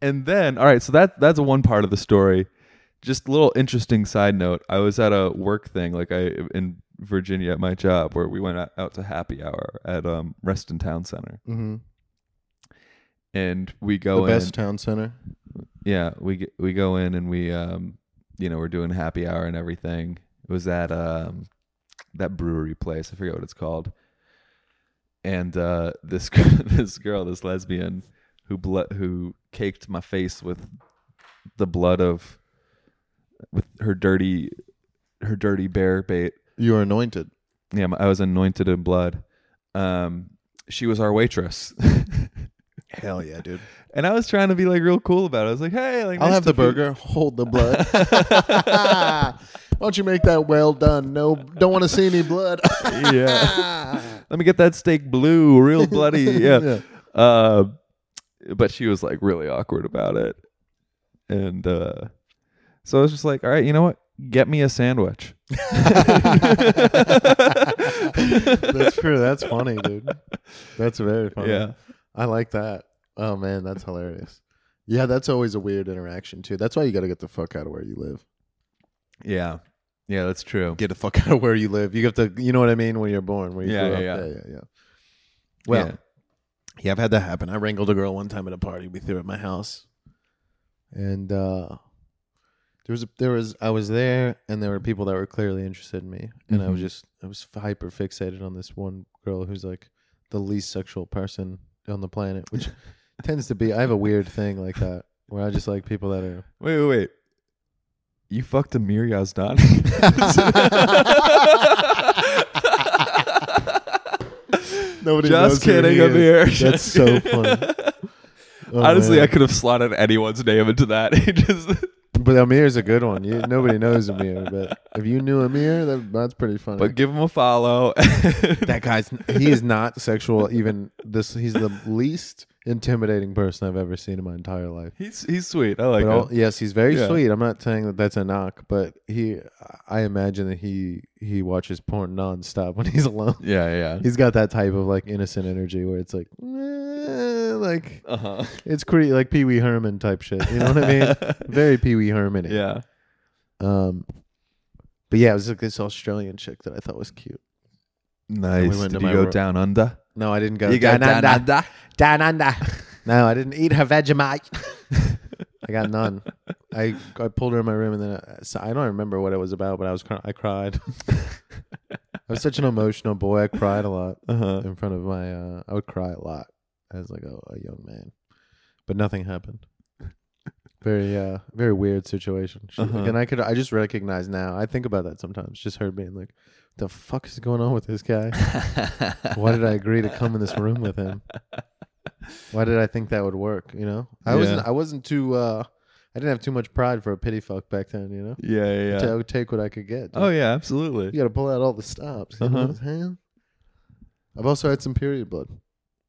C: and then all right, so that that's one part of the story. Just a little interesting side note. I was at a work thing, like I in Virginia at my job, where we went out, out to happy hour at um, Reston Town Center.
B: Mm-hmm.
C: and we
B: The
C: go in.
B: best town center.
C: Yeah, we g- we go in and we um, you know, we're doing happy hour and everything. It was at um, that brewery place. I forget what it's called. And uh, this g- this girl, this lesbian, who ble- who caked my face with the blood of with her dirty her dirty bear bait.
B: You are anointed.
C: Yeah, I was anointed in blood. Um, she was our waitress.
B: Hell yeah, dude.
C: And I was trying to be like real cool about it. I was like, hey, like
B: I'll
C: nice
B: have
C: to
B: the
C: be-
B: burger. Hold the blood. Why don't you make that well done? No, don't want to see any blood.
C: yeah. Let me get that steak blue, real bloody. Yeah.
B: Yeah.
C: Uh, but she was like really awkward about it. And uh, so I was just like, all right, you know what? Get me a sandwich.
B: that's true. That's funny, dude. That's very funny.
C: Yeah.
B: I like that. Oh man, that's hilarious. Yeah, that's always a weird interaction too. That's why you got to get the fuck out of where you live.
C: Yeah. Yeah, that's true.
B: Get the fuck out of where you live. You have to, you know what I mean, where you're born, where you
C: Yeah,
B: grew
C: yeah,
B: up.
C: yeah.
B: Yeah, yeah, yeah. Well,
C: Yeah.
B: yeah. I've had that happen. I wrangled a girl one time at a party we threw at my house, and uh, there was a, there was I was there, and there were people that were clearly interested in me, and I was
C: Mm-hmm.
B: just I was hyper fixated on this one girl who's like the least sexual person on the planet, which tends to be. I have a weird thing like that where I just like people that are.
C: Wait, wait, wait. You fucked Amir Yazdani?
B: Nobody
C: Just kidding, Amir.
B: That's so funny. Oh,
C: Honestly,
B: man.
C: I could have slotted anyone's name into that. It just
B: But Amir's a good one. You, nobody knows Amir, but if you knew Amir, that, that's pretty funny.
C: but give him a follow.
B: that guy's he is not sexual. Even this, he's the least intimidating person I've ever seen in my entire life.
C: He's he's sweet. I like
B: But all,
C: him.
B: yes, he's very
C: Yeah.
B: sweet. I'm not saying that that's a knock, but he, I imagine that he he watches porn nonstop when he's alone.
C: Yeah, yeah.
B: He's got that type of like innocent energy where it's like, eh, like
C: Uh huh.
B: it's pretty like Pee Wee Herman type shit. You know what I mean? Very Pee Wee Herman.
C: yeah.
B: Um, but yeah, it was like this Australian chick that I thought was cute.
C: Nice.
B: went to
C: Did
B: my
C: you go
B: ro-
C: down under?
B: No, I didn't go.
C: You go down
B: under.
C: under.
B: Down under. No, I didn't eat her Vegemite. I got none. I I pulled her in my room and then I, so I don't remember what it was about, but I was cry- I cried. I was such an emotional boy. I cried a lot
C: Uh huh.
B: in front of my. Uh, I would cry a lot as like a, a young man, but nothing happened. Very uh, very weird situation. She-
C: Uh-huh.
B: like, and I could I just recognize now. I think about that sometimes. Just her being like, "The fuck is going on with this guy? Why did I agree to come in this room with him? Why did I think that would work? You know, I wasn't
C: Yeah.
B: I wasn't too uh, I didn't have too much pride for a pity fuck back then. You know,
C: Yeah, yeah.
B: I
C: yeah.
B: would take what I could get. dude.
C: Oh yeah, absolutely.
B: You got to pull out all the stops. You know
C: Uh-huh.
B: what I'm saying? I've also had some period blood,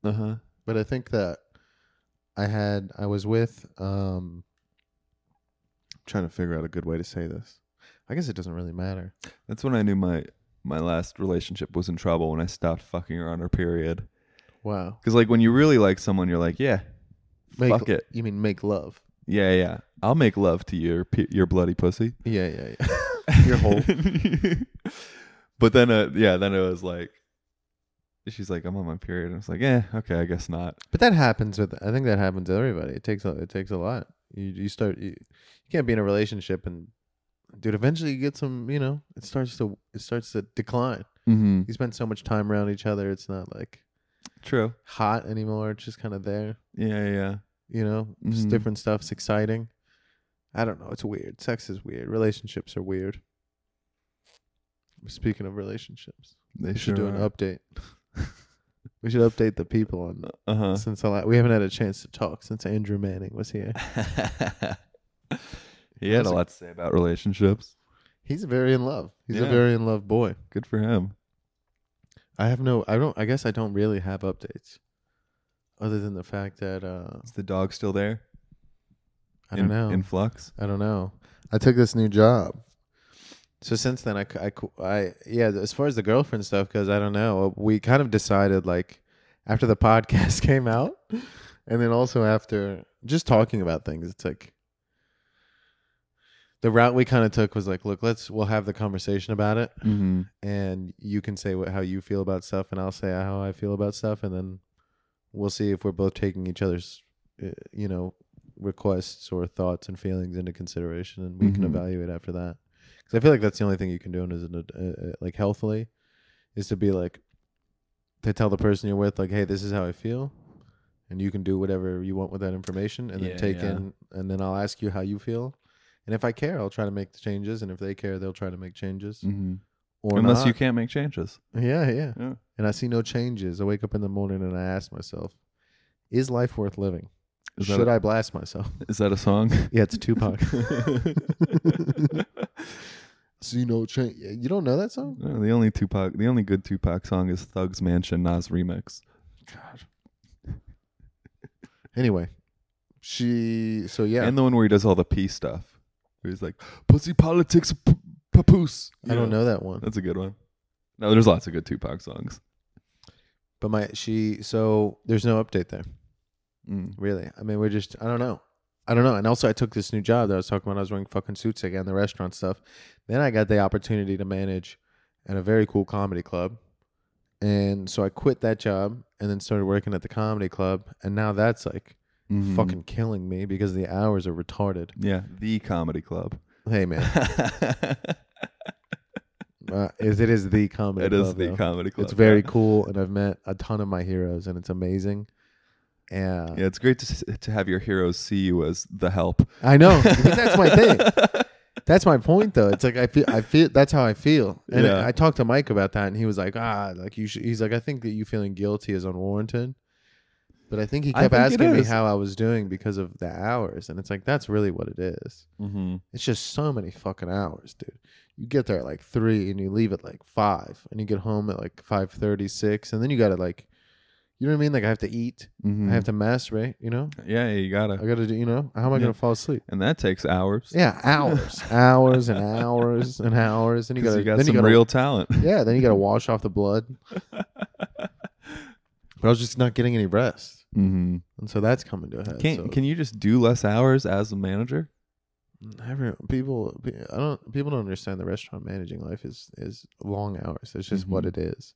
C: Uh huh.
B: but I think that I had I was with um I'm trying to figure out a good way to say this. I guess it doesn't really matter.
C: That's when I knew my my last relationship was in trouble when I stopped fucking her on her period.
B: Wow.
C: Because like when you really like someone, you're like, yeah,
B: Make,
C: fuck it,
B: You mean make love?
C: yeah, yeah. I'll make love to your pe- your bloody pussy.
B: Yeah, yeah, yeah. Your whole
C: but then, uh, yeah, then it was like, she's like, I'm on my period. And I was like, eh, okay, I guess not.
B: But that happens with I think that happens to everybody. It takes a it takes a lot. You you start you, you can't be in a relationship and dude eventually you get some, you know, it starts to it starts to decline.
C: Mm-hmm.
B: You spend so much time around each other, it's not like
C: True.
B: hot anymore. It's just kind of there,
C: Yeah, yeah.
B: you know. Just
C: Mhm.
B: different stuff's exciting. I don't know, it's weird. Sex is weird. Relationships are weird. Speaking of relationships,
C: They
B: we should do an update. we should update the people on
C: Uh huh.
B: since the la- we haven't had a chance to talk since Andrew Manning was here.
C: he had
B: How's
C: a
B: it-
C: lot to say about relationships.
B: He's very in love. He's a
C: Yeah.
B: very in love boy.
C: Good for him.
B: I have no I don't I guess I don't really have updates other than the fact that uh
C: Is the dog still there?
B: I don't
C: in,
B: know.
C: In flux.
B: I don't know. I took this new job. So since then I c- I c- I- yeah, as far as the girlfriend stuff goes, I don't know. Uh, We kind of decided like after the podcast came out and then also after just talking about things, it's like the route we kind of took was like, look, let's we'll have the conversation about it.
C: Mm-hmm.
B: and you can say what, how you feel about stuff and i'll say how i feel about stuff and then we'll see if we're both taking each other's uh, you know requests or thoughts and feelings into consideration and we can
C: Mhm.
B: evaluate after that because i feel like that's the only thing you can do and is an, ad- uh, uh, like healthily is to be like to tell the person you're with like hey this is how i feel and you can do whatever you want with that information and
C: Yeah,
B: then take
C: yeah.
B: in and then i'll ask you how you feel and if i care i'll try to make the changes and if they care they'll try to make changes
C: Mm-hmm.
B: or
C: Unless
B: not.
C: you can't make changes.
B: Yeah, yeah.
C: Yeah.
B: And I see no changes. I wake up in the morning and I ask myself, is life worth living?
C: Is that
B: Should
C: a-
B: I blast myself?
C: Is that a song?
B: yeah, it's Tupac. see no change. You don't know that song?
C: No, the only Tupac, the only good Tupac song is Thug's Mansion Nas remix.
B: Anyway, she. So yeah,
C: And the one where he does all the pee stuff. Where he's like, pussy politics, p- papoose.
B: I don't know that one.
C: That's a good one. No, there's lots of good Tupac songs.
B: But my she. So there's no update there.
C: Mm.
B: Really. I mean, we're just. I don't know. I don't know. And also, I took this new job that I was talking about. I was wearing fucking suits again, the restaurant stuff. Then I got the opportunity to manage at a very cool comedy club. And so I quit that job and then started working at the comedy club. And now that's like
C: Mhm.
B: fucking killing me because the hours are retarded.
C: Yeah, the comedy club.
B: Hey, man.
C: it
B: uh, is, it is the comedy club.
C: is the
B: though.
C: comedy club.
B: It's very
C: yeah.
B: cool. And I've met a ton of my heroes and it's amazing. Yeah.
C: Yeah, it's great to s- to have your heroes see you as the help.
B: I know. But that's my thing. That's my point, though. It's like I feel. I feel. That's how I feel. And
C: Yeah.
B: I, I talked to Mike about that, and he was like, "Ah, like you should." He's like, "I think that you feeling guilty is unwarranted." But I think he
C: I
B: kept
C: think it
B: asking me
C: is.
B: how I was doing because of the hours, and it's like that's really what it is.
C: Mm-hmm.
B: It's just so many fucking hours, dude. You get there at like three, and you leave at like five, and you get home at like five thirty six, and then you got to like You know what I mean? Like I have to eat,
C: Mhm.
B: I have to masturbate. You know,
C: yeah, you gotta.
B: I got to do. You know, how am I
C: Yeah.
B: gonna fall asleep?
C: And that takes hours.
B: Yeah, hours, hours, and hours, and hours. And you
C: 'Cause
B: gotta,
C: you got
B: then
C: some
B: you gotta,
C: real talent.
B: Yeah, then you gotta wash off the blood. but I was just not getting any rest,
C: Mm-hmm.
B: and so that's coming to a head.
C: Can
B: so
C: Can you just do less hours as a manager?
B: mm, every, people, pe- I don't. People don't understand the restaurant managing life is is long hours. It's just what
C: Mm-hmm.
B: it is.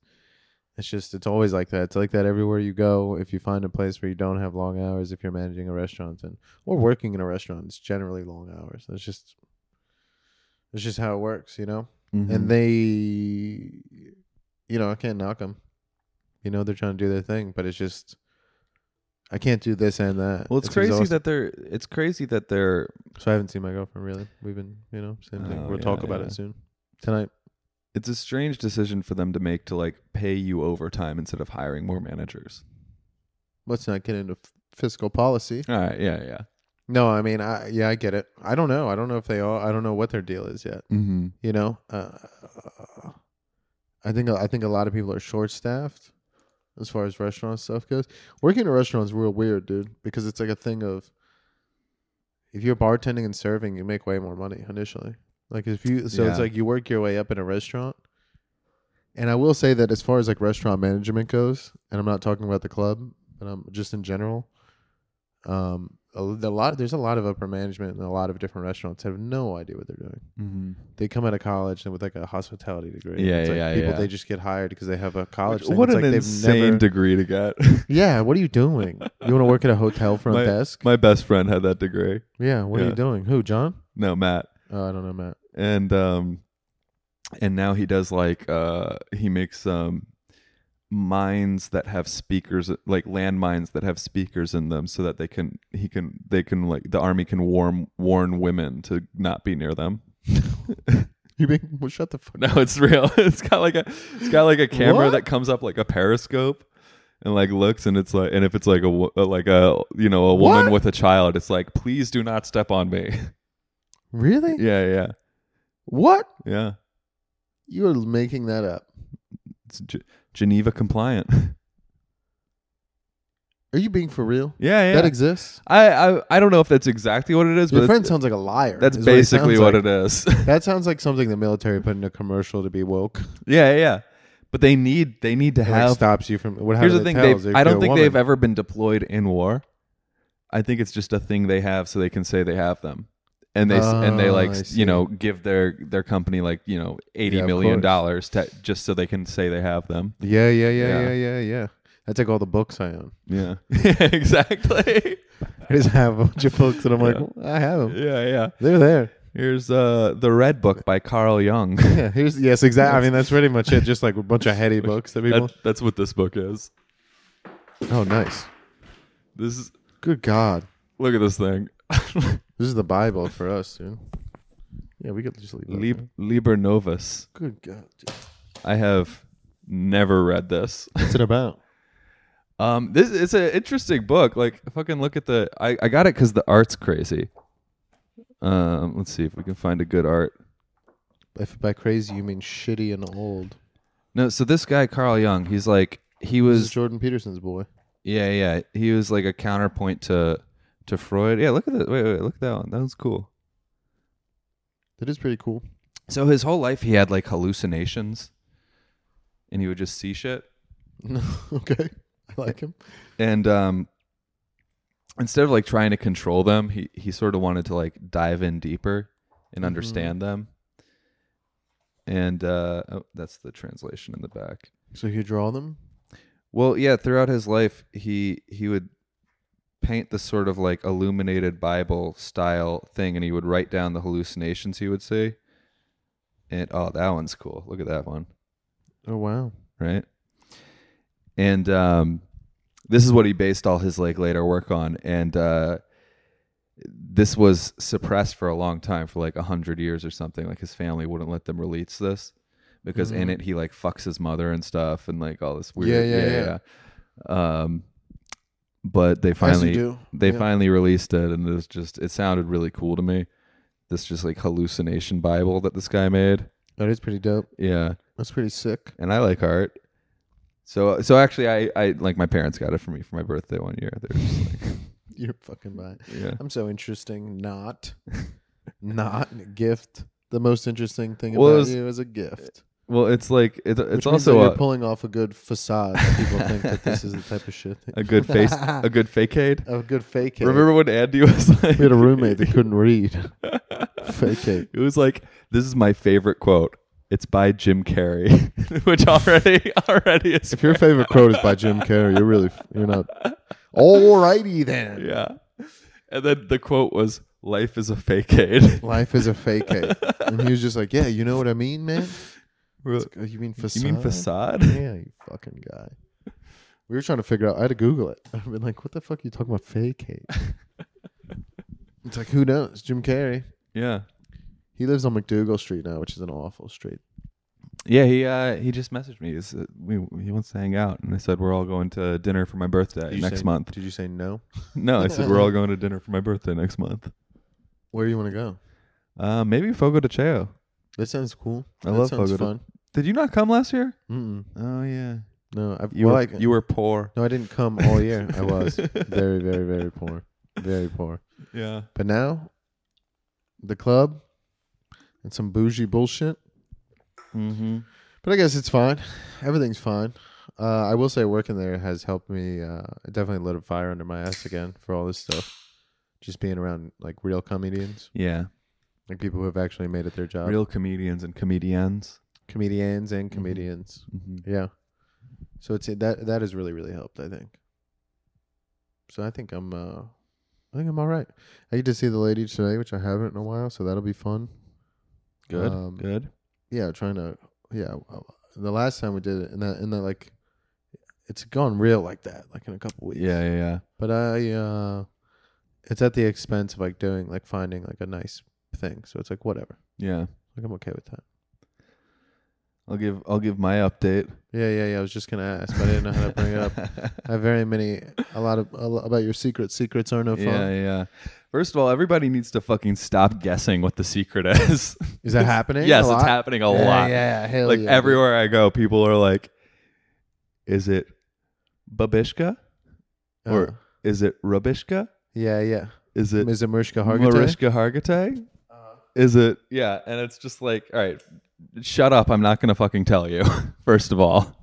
B: It's just it's always like that. It's like that everywhere you go. If you find a place where you don't have long hours, if you're managing a restaurant and or working in a restaurant, it's generally long hours. That's just it's just how it works, you know. and they
C: Mm-hmm.
B: you know i can't knock them you know they're trying to do their thing but it's just i can't do this and that
C: well, it's, crazy
B: exhausting.
C: that they're. It's crazy that they're.
B: so i haven't seen my girlfriend really we've been you know same thing
C: Oh,
B: we'll
C: yeah,
B: talk about
C: yeah.
B: it soon tonight
C: It's a strange decision for them to make to like pay you overtime instead of hiring more managers.
B: let's not get into f- fiscal policy
C: All right. Yeah. Yeah.
B: no i mean i yeah i get it i don't know i don't know if they are i don't know what their deal is yet
C: Mm-hmm.
B: you know uh, i think i think a lot of people are short staffed as far as restaurant stuff goes working in a restaurant is real weird dude because it's like a thing of if you're bartending and serving you make way more money initially like if you so
C: Yeah.
B: it's like you work your way up in a restaurant and i will say that as far as like restaurant management goes and i'm not talking about the club but i'm just in general um a, a lot there's a lot of upper management and a lot of different restaurants that have no idea what they're doing
C: Mm-hmm.
B: they come out of college and with like a hospitality degree.
C: Yeah,
B: it's like
C: yeah,
B: people
C: yeah.
B: they just get hired because they have a college. thing.
C: What
B: It's
C: an
B: like they've
C: insane
B: never-
C: degree to get.
B: yeah, what are you doing? You want to work at a hotel front
C: My-
B: desk?
C: My best friend had that degree.
B: yeah, what are
C: yeah.
B: you doing? Who, John?
C: No, Matt.
B: Oh, I don't know, Matt.
C: and um and now he does like uh he makes um mines that have speakers like landmines that have speakers in them so that they can he can they can like the army can warn warn women to not be near them
B: You being well, shut the fuck.
C: no it's real it's got like a it's got like a camera
B: What?
C: that comes up like a periscope and like looks and it's like and if it's like a wo- uh, like a you know a woman
B: What?
C: with a child it's like please do not step on me
B: Really?
C: yeah yeah
B: What?
C: yeah
B: You are making that up?
C: it's G- geneva compliant
B: Are you being for real?
C: yeah yeah
B: That exists.
C: I, I I don't know if that's exactly what it is,
B: Your
C: but
B: friend
C: that's,
B: sounds like a liar.
C: that's
B: is
C: basically what
B: it. sounds
C: it is.
B: like. That sounds like something the military put in a commercial to be woke.
C: yeah, yeah, yeah. But they need they need to
B: It like
C: have.
B: stops you from. What, how
C: here's
B: do
C: the
B: they
C: thing:
B: tell?
C: they've-
B: If
C: I
B: you're
C: don't
B: a
C: think they've
B: woman-
C: ever been deployed in war. I think it's just a thing they have, so they can say they have them, and they s and they
B: Oh,
C: like
B: I
C: s-
B: see.
C: you know give their their company like you know eighty
B: Yeah,
C: million
B: of course.
C: dollars to, just so they can say they have them.
B: Yeah, yeah, yeah,
C: Yeah.
B: yeah, yeah, yeah. That's like all the books I own.
C: Yeah, exactly.
B: I just have a bunch of books, and I'm like,
C: Yeah.
B: "Well, I have them.
C: yeah, yeah.
B: They're there.
C: Here's uh the Red Book by Carl Jung.
B: Yeah, here's yes, exactly. I mean, that's pretty much it. Just like a bunch of heady books that people.
C: That- that's what this book is.
B: Oh, nice.
C: This is
B: Good God,
C: Look at this thing.
B: this is the Bible for us, dude. Yeah, we could just leave. that
C: Lib-
B: there.
C: Liber Novus.
B: Good God, dude.
C: I have never read this.
B: what's it about?
C: Um, this it's an interesting book. Like, fucking look at the. I, I got it because the art's crazy. Um, let's see if we can find a good art.
B: If by crazy you mean shitty and old,
C: No, so this guy Carl Jung, he's like
B: this
C: he
B: is
C: was.
B: Jordan Peterson's boy.
C: Yeah, yeah. He was like a counterpoint to to Freud. Yeah, look at that. Wait, wait, look at that one. That one's cool.
B: That is pretty cool.
C: So his whole life he had like hallucinations, and he would just see shit.
B: okay, I like him.
C: and um instead of like trying to control them he he sort of wanted to like dive in deeper and understand them and uh oh, that's the translation in the back
B: So you draw them.
C: well yeah throughout his life he he would paint this sort of like illuminated bible style thing and he would write down the hallucinations he would see and oh that one's cool look at that one
B: Oh wow.
C: right? And um, this is what he based all his like later work on, and uh, this was suppressed for a long time, for like a hundred years or something. Like his family wouldn't let them release this because in it he like fucks his mother and stuff, and like all this weird,
B: Mm. Yeah, yeah, yeah.
C: yeah. Um, but they
B: you
C: finally
B: do.
C: they
B: Yeah.
C: finally released it, and it was just it sounded really cool to me. This just like hallucination Bible that this guy made,
B: That is pretty dope.
C: yeah
B: That's pretty sick.
C: and I like art. So so actually, I I like my parents got it for me for my birthday one year. They're just like,
B: You're fucking buying.
C: yeah.
B: I'm so interesting. Not, not a gift. The most interesting thing
C: Well, it
B: about
C: was-
B: you is a gift.
C: Well, it's like it's it's
B: Which means that
C: also
B: you're
C: a,
B: pulling off a good facade. People think that this is the type of shit. That
C: a good face a good fake aid.
B: a good fake. aid.
C: Remember when Andy was like
B: we had a roommate that couldn't read. fake aid.
C: It was like this is my favorite quote. It's by Jim Carrey, which already already is
B: If your favorite quote is by Jim Carrey, you're really you're not. Alrighty then.
C: yeah. And then the quote was, "Life is a fake aid."
B: Life is a fake aid. and he was just like, "Yeah, you know what I mean, man. It's like, you mean
C: you
B: facade?
C: mean facade?
B: Yeah, you fucking guy. We were trying to figure out. I had to Google it. I've been like, "What the fuck are you talking about? Fake hate?" it's like, who knows? Jim Carrey.
C: Yeah,
B: He lives on McDougal Street now, which is an awful street.
C: yeah. He uh, he just messaged me. He said, we he wants to hang out, and I said we're all going to dinner for my birthday
B: Did you
C: next
B: say-
C: month.
B: Did you say no?
C: No, I said we're all going to dinner for my birthday next month.
B: Where do you want to go?
C: Uh, maybe Fogo de Cheo.
B: That sounds cool.
C: I
B: that
C: love
B: sounds
C: Fogo de-
B: fun.
C: Did you not come last year?
B: Mm-mm.
C: Oh yeah,
B: No, I've,
C: you
B: well,
C: were
B: I,
C: you were poor.
B: No, I didn't come all year. I was very, very, very poor. Very poor.
C: Yeah,
B: But now, the club and some bougie bullshit.
C: mm-hmm.
B: But I guess it's fine. Everything's fine. Uh, I will say working there has helped me. Uh, it definitely lit a fire under my ass again for all this stuff. Just being around like real comedians,
C: yeah.
B: like people who have actually made it their job.
C: Real comedians and comedians.
B: comedians and comedians. Yeah. So it's that that has really really helped. I think. So I think I'm uh, I think I'm all right. I get to see the lady today, which I haven't in a while, so that'll be fun.
C: Good,
B: Um,
C: good.
B: Yeah, trying to yeah. uh, The last time we did it, and that and that like, it's gone real like that, like in a couple weeks.
C: Yeah, yeah, yeah.
B: But I uh, it's at the expense of like doing like finding like a nice thing. So it's like whatever.
C: Yeah.
B: Like I'm okay with that.
C: I'll give I'll give my update.
B: Yeah, yeah, yeah. I was just gonna ask, but I didn't know how to bring it up. I have very many, a lot of a lo- about your secrets. Secrets are no fun.
C: Yeah, yeah. First of all, everybody needs to fucking stop guessing what the secret is.
B: Is that happening?
C: yes,
B: a
C: it's
B: lot?
C: happening a
B: yeah,
C: lot.
B: Yeah, hell
C: like
B: yeah, dude.
C: everywhere I go, people are like, "Is it Babishka? Or
B: Uh,
C: is it Rabishka?
B: yeah, yeah.
C: Is it
B: Ms. Amushka Hargitay? Uh-huh.
C: Marishka Hargitay? Is it yeah?" And it's just like, all right, shut up. I'm not gonna fucking tell you. First of all.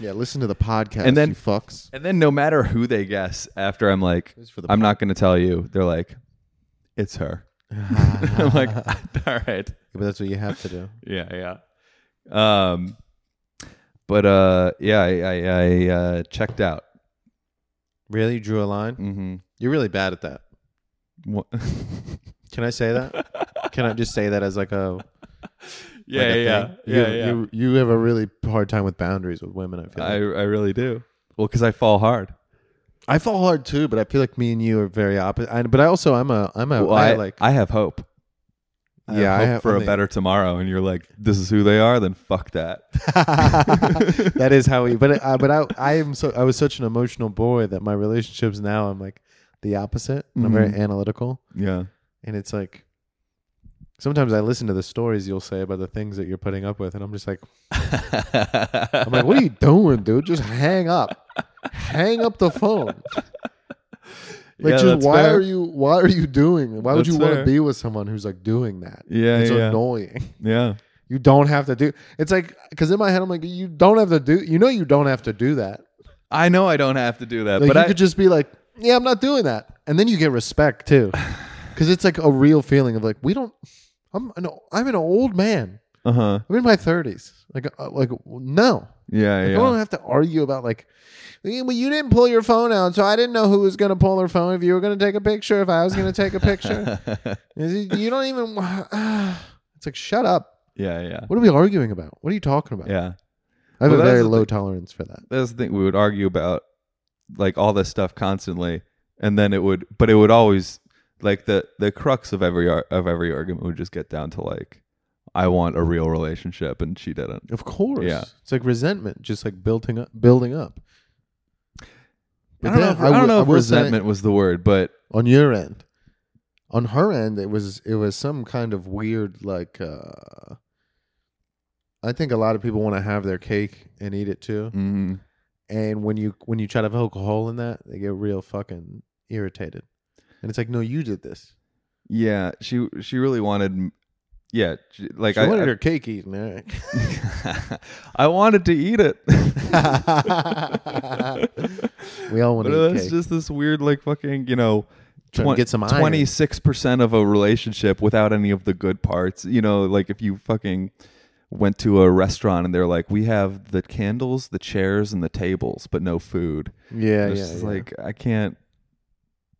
B: Yeah, listen to the podcast.
C: And then-
B: you fucks.
C: And then no matter who they guess, after I'm like,
B: It's for the
C: I'm not going to tell you. They're like, it's her. I'm like, all right,
B: But that's what you have to do.
C: yeah, yeah. Um, but uh, yeah, I I, I uh, checked out.
B: Really, you drew a line.
C: Mm-hmm.
B: You're really bad at that. Can I say that? Can I just say that as like a
C: yeah,
B: like a
C: yeah,
B: thing?
C: yeah,
B: you,
C: yeah.
B: You, you have a really hard time with boundaries with women. I feel.
C: I I
B: Like.
C: really do. Well, because I fall hard.
B: I, fall hard too, but I feel like me and you are very opposite. I, but I also I'm a I'm a
C: Well,
B: Oh, I
C: I,
B: like
C: I have hope. I
B: Yeah, I
C: have hope
B: have-
C: for
B: I
C: a
B: mean-
C: better tomorrow, and you're like, this is who they are. Then fuck that.
B: that is how we. But I, but I, I am so. I was such an emotional boy that my relationships now. I'm like the opposite. I'm
C: Mm-hmm.
B: very analytical,
C: yeah,
B: and it's like sometimes I listen to the stories you'll say about the things that you're putting up with, and I'm just like, I'm like, what are you doing, dude? Just hang up, hang up the phone. Like,
C: Yeah,
B: just
C: that's
B: why
C: fair.
B: are you? Why are you doing? Why would
C: That's
B: you want to
C: fair.
B: be with someone who's like doing that?
C: Yeah,
B: it's
C: yeah.
B: annoying.
C: Yeah.
B: You don't have to do. It's like because in my head I'm like, you don't have to do. You know, you don't have to do that.
C: I know I don't have to do that,
B: Like
C: but
B: you
C: I
B: could just be like, "Yeah, I'm not doing that," and then you get respect too, because it's like a real feeling of like, we don't. I'm an I'm an old man.
C: uh huh.
B: I'm in my 30s. Like uh, like no,
C: Yeah,
B: Like, oh, I
C: yeah.
B: don't have to argue about like, "Yeah, well, you didn't pull your phone out, so I didn't know who was gonna pull their phone. If you were gonna take a picture, if I was gonna take a picture, you don't even. it's like shut up.
C: yeah, yeah.
B: What are we arguing about? What are you talking about?
C: Yeah.
B: I have
C: Well,
B: a
C: that's
B: very
C: the
B: low
C: thing.
B: tolerance for that.
C: That's the thing we would argue about like all this stuff constantly and then it would but it would always like the the crux of every ar- of every argument would just get down to like I want a real relationship and she didn't.
B: Of course.
C: Yeah.
B: It's like resentment, just like building up, building up.
C: I don't know
B: then
C: if, I don't
B: will-
C: know if
B: will say
C: resentment was the word, but
B: on your end. On her end, it was it was some kind of weird like. uh I think a lot of people want to have their cake and eat it too,
C: mm,
B: and when you when you try to poke a hole in that, they get real fucking irritated. And it's like, no, you did this.
C: Yeah, she she really wanted. m- Yeah, she- like
B: Like she
C: I
B: wanted
C: I-
B: her cake eaten. all right.
C: I wanted to eat it.
B: we all want
C: but
B: to eat
C: that's
B: cake.
C: just this weird, like fucking, you know,
B: Trying to get some iron.
C: Twenty-six percent of a relationship without any of the good parts. You know, like if you fucking went to a restaurant and they're like, "We have the candles, the chairs, and the tables, but no food."
B: yeah,
C: it's
B: yeah,
C: just
B: yeah.
C: like I can't.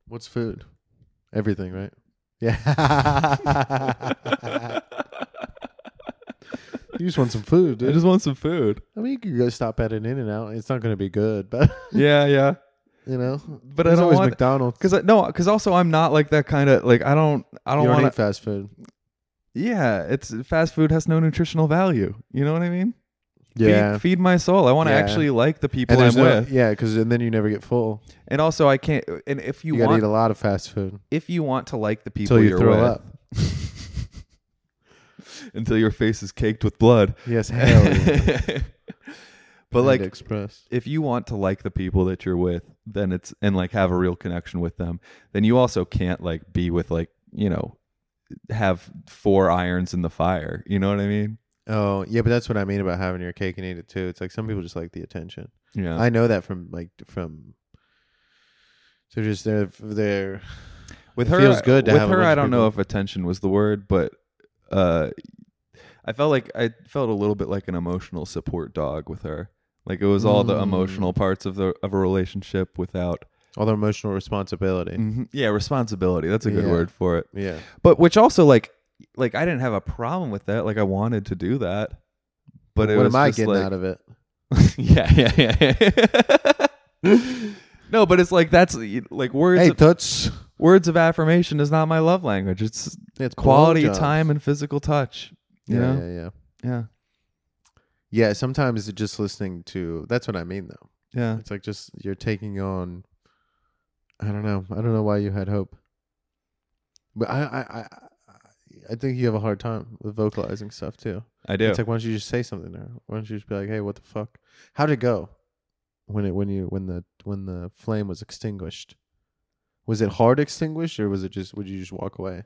B: what's food? Everything, right? Yeah. you just want some food,
C: I
B: dude.
C: just want some food.
B: I mean, you could go stop at an In and Out. It's not going to be good, but
C: Yeah, yeah.
B: you know.
C: But I
B: There's
C: don't
B: always
C: want-
B: McDonald's.
C: Because no, because also I'm not like that kind of like I don't I don't
B: you don't
C: want
B: eat fast food.
C: Yeah, it's fast food has no nutritional value. You know what I mean? Feed-
B: Yeah,
C: Feed, my soul. I want to
B: Yeah.
C: actually like the people
B: and
C: I'm
B: there's no,
C: with.
B: yeah, because and then you never get full.
C: And also, I can't. And if you,
B: You, gotta
C: want,
B: eat a lot of fast food
C: if you want to like the people
B: until you
C: are
B: throw
C: with,
B: up.
C: until your face is caked with blood.
B: Yes, hell. yeah.
C: but like,
B: Panda Express.
C: if you want to like the people that you're with, then it's and like have a real connection with them, then you also can't like be with like you know have four irons in the fire. You know what I mean?
B: Oh yeah, but that's what I mean about having your cake and eat it too. It's like some people just like the attention.
C: Yeah.
B: I know that from like from. So just they're they're
C: with
B: It
C: her
B: feels good to
C: with
B: have a
C: her
B: bunch
C: i
B: of
C: don't know if
B: people.
C: attention was the word but uh i felt like i felt a little bit like an emotional support dog with her like it was all the
B: Mm.
C: emotional parts of the of a relationship without
B: all the emotional responsibility.
C: Mhm. yeah responsibility that's a good
B: Yeah.
C: word for it
B: Yeah,
C: but which also like like i didn't have a problem with that like i wanted to do that but it
B: what
C: was
B: am I
C: just
B: getting
C: like,
B: out of it?
C: yeah yeah yeah, yeah. no but it's like that's like words
B: Hey,
C: of,
B: toots.
C: words of affirmation is not my love language it's
B: It's
C: quality
B: blowjobs.
C: time and physical touch. You
B: yeah,
C: know?
B: yeah, yeah.
C: Yeah.
B: Yeah, sometimes it's just listening to. That's what I mean, though.
C: Yeah.
B: It's like just you're taking on. I don't know. I don't know why you had hope. But I, I, I, I think you have a hard time with vocalizing stuff too.
C: I do.
B: It's like why don't you just say something there? Why don't you just be like, hey, what the fuck? How'd it go? When it when you when the when the flame was extinguished, was it hard extinguished or was it just would you just walk away?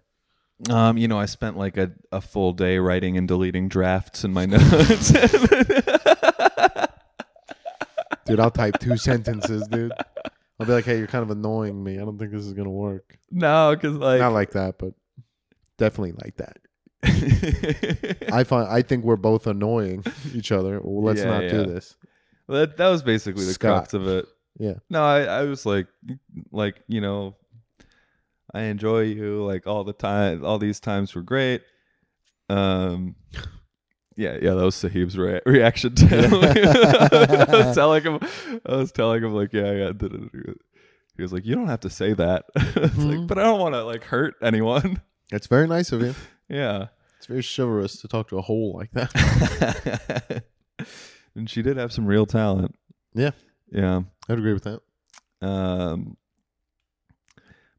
C: um, you know, I spent like a, a full day writing and deleting drafts in my notes.
B: Dude, I'll type two sentences, dude. I'll be like, hey, you're kind of annoying me. I don't think this is gonna work.
C: no, because like,
B: Not like that, but definitely like that. I find I think we're both annoying each other. Well, let's
C: Yeah,
B: not
C: yeah.
B: do this.
C: that, that was basically the
B: Scott.
C: crux of it.
B: Yeah.
C: No, I, I was like, like you know, I enjoy you like all the time. All these times were great. Um, yeah, yeah, that was Sahib's re- reaction to I was telling him, I was telling him like, yeah, yeah. da, da, da, da. He was like, you don't have to say that. It's
B: Hmm.
C: like, but I don't want to like hurt anyone.
B: It's very nice of you.
C: yeah.
B: It's very chivalrous to talk to a hole like that.
C: and she did have some real talent.
B: Yeah.
C: Yeah.
B: I'd agree with that.
C: Um,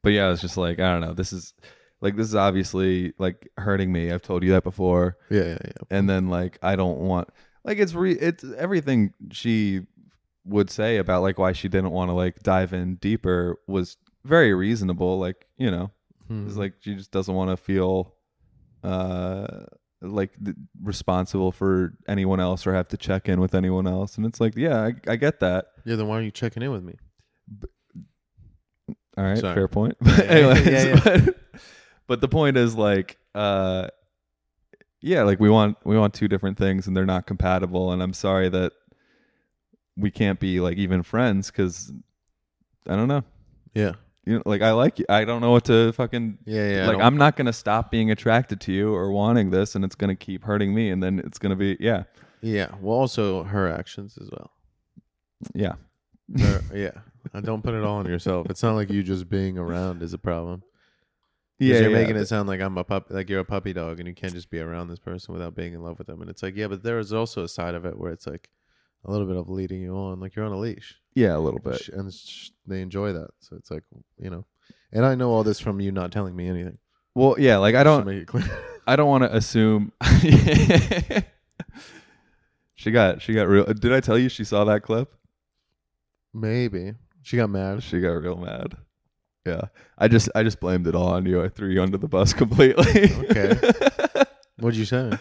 C: but yeah, I was just like, I don't know. This is like this is obviously like hurting me. I've told you that before.
B: Yeah, yeah, yeah.
C: And then like I don't want like it's re it's everything she would say about like why she didn't want to like dive in deeper was very reasonable. Like you know,
B: Hmm.
C: it's
B: Mm-hmm.
C: like she just doesn't want to feel uh like th- responsible for anyone else or have to check in with anyone else. And it's like, yeah, I, I get that.
B: Yeah, then why are you checking in with me?
C: All right,
B: Sorry.
C: fair point. But
B: yeah, yeah,
C: anyways,
B: yeah.
C: But, but the point is like uh yeah, like we want we want two different things and they're not compatible and I'm sorry that we can't be like even friends cuz I don't know.
B: Yeah.
C: You know, like I like you. I don't know what to fucking
B: Yeah, yeah. I
C: like
B: don't-
C: I'm not going to stop being attracted to you or wanting this and it's going to keep hurting me and then it's going to be yeah.
B: Yeah. Well, also her actions as well.
C: Yeah.
B: Her- yeah. I don't put it all on yourself. It's not like you just being around is a problem. 'Cause You're making it sound like I'm a puppy, like you're a puppy dog, and you can't just be around this person without being in love with them. And it's like, yeah, but there is also a side of it where it's like a little bit of leading you on, like you're on a leash.
C: yeah, a little bit.
B: Sh- and sh- they enjoy that. So it's like, you know, and I know all this from you not telling me anything.
C: Well, yeah, like I
B: Just
C: don't
B: to make it clear.
C: I don't want to assume. she got she got real. Did I tell you she saw that clip?
B: Maybe she got mad.
C: She got real mad. Yeah, I just I just blamed it all on you. I threw you under the bus completely.
B: Okay. What'd you say?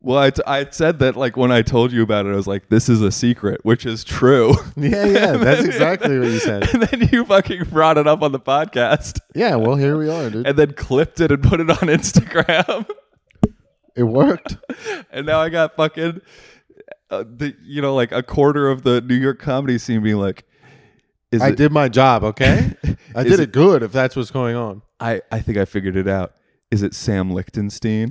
C: well, I, t- I said that like when I told you about it, I was like, "This is a secret," which is true.
B: Yeah, yeah, that's exactly what you said.
C: and then you fucking brought it up on the podcast,
B: Yeah, well here we are, dude.
C: and then clipped it and put it on Instagram.
B: It worked.
C: and now I got fucking uh, the you know like a quarter of the New York comedy scene being like, is
B: I
C: it-
B: did my job, okay? I
C: Is
B: did
C: it-
B: it good if that's what's going on.
C: I I think I figured it out. Is it Sam Lichtenstein?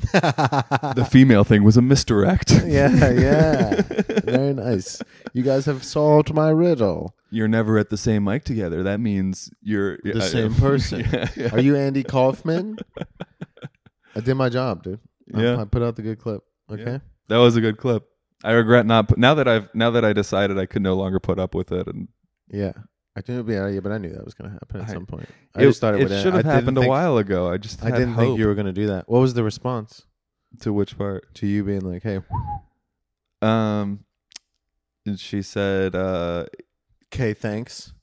C: the female thing was a misdirect.
B: Yeah, yeah. Very nice. You guys have solved my riddle.
C: You're never at the same mic together. That means you're
B: The
C: I-
B: same person.
C: Yeah, yeah.
B: Are you Andy Kaufman? I did my job, dude. I-
C: Yeah.
B: I, put out the good clip. Okay.
C: That was a good clip. I regret not put, now that I've now that I decided I could no longer put up with it and
B: Yeah. I knew it'd be out of you, but I knew that was going to happen at
C: I-
B: some point. I
C: it,
B: just thought it, would end.
C: should
B: I
C: have
B: didn't
C: happened a
B: think-
C: while ago. I just
B: I
C: had
B: didn't think
C: hope.
B: you were going to do that. What was the response
C: to which part.
B: to you being like, "Hey,
C: Um, and she said, uh,
B: okay, thanks."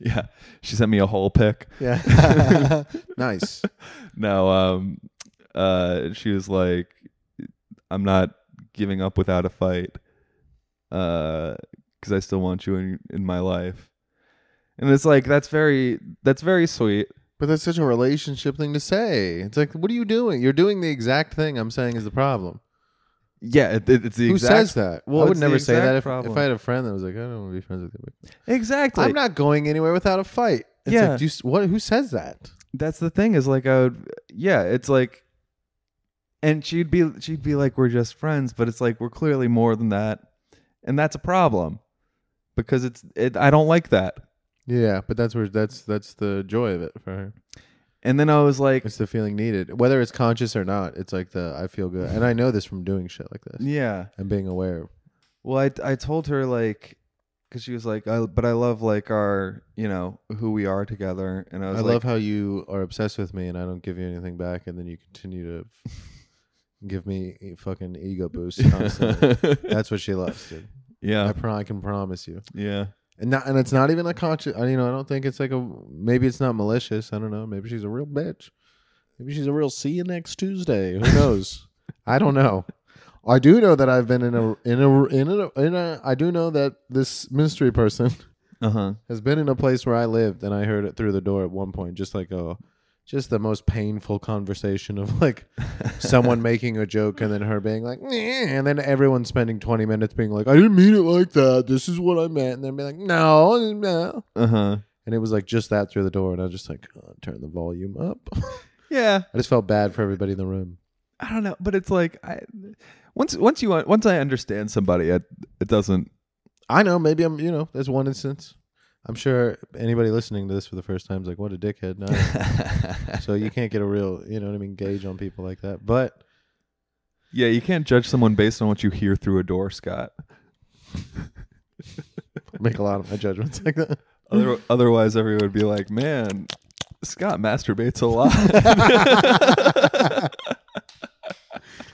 C: yeah, she sent me a whole pic.
B: Yeah. nice.
C: No, um, uh, she was like, I'm not giving up without a fight, uh, because I still want you in in my life. And it's like that's very that's very sweet.
B: But that's such a relationship thing to say. It's like, what are you doing? You're doing the exact thing I'm saying is the problem.
C: Yeah, it, it- it's the
B: Who
C: exact
B: says that? Well, I would
C: it's the
B: never say that
C: exact
B: if, if
C: problem.
B: I had a friend that was like, I don't want to be friends with you. But
C: exactly.
B: I'm not going anywhere without a fight. It's
C: Yeah.
B: like, do you, s- what? Who says that?
C: that's the thing is like I would yeah, it's like and she'd be she'd be like we're just friends, but it's like we're clearly more than that. And that's a problem. Because it's it I don't like that.
B: Yeah, but that's where that's that's the joy of it for her.
C: And then I was like
B: It's the feeling needed, whether it's conscious or not. It's like the I feel good, and I know this from doing shit like this
C: yeah.
B: and being aware.
C: Well, I I told her like cuz she was like I but I love like our, you know, who we are together and I
B: I,
C: was
B: love
C: like
B: how you are obsessed with me, and I don't give you anything back, and then you continue to give me e- fucking ego boosts constantly. that's what she loves, dude. I,
C: yeah.
B: pro- I can promise you.
C: Yeah.
B: And not, and it's not even a conscious. You know, I don't think it's like a. Maybe it's not malicious. I don't know. Maybe she's a real bitch. Maybe she's a real. See you next Tuesday. Who knows? I don't know. I do know that I've been in a in a in a in a. I do know that this mystery person
C: Uh-huh.
B: has been in a place where I lived, and I heard it through the door at one point, just like a, just the most painful conversation of like someone making a joke and then her being like, "Nyeh," and then everyone spending twenty minutes being like, I didn't mean it like that. This is what I meant, and then be like, no, no.
C: Uh-huh.
B: And it was like just that through the door, and I was just like, "Oh, turn the volume up.
C: Yeah.
B: I just felt bad for everybody in the room.
C: I don't know, but it's like I once once you once I understand somebody, it, it doesn't.
B: I know, maybe I'm, you know, there's one instance. I'm sure anybody listening to this for the first time is like, what a dickhead. No, so you can't get a real, you know what I mean, gauge on people like that. But
C: yeah, you can't judge someone based on what you hear through a door, Scott.
B: make a lot of my judgments like that.
C: Other, otherwise, everyone would be like, "Man, Scott masturbates a lot."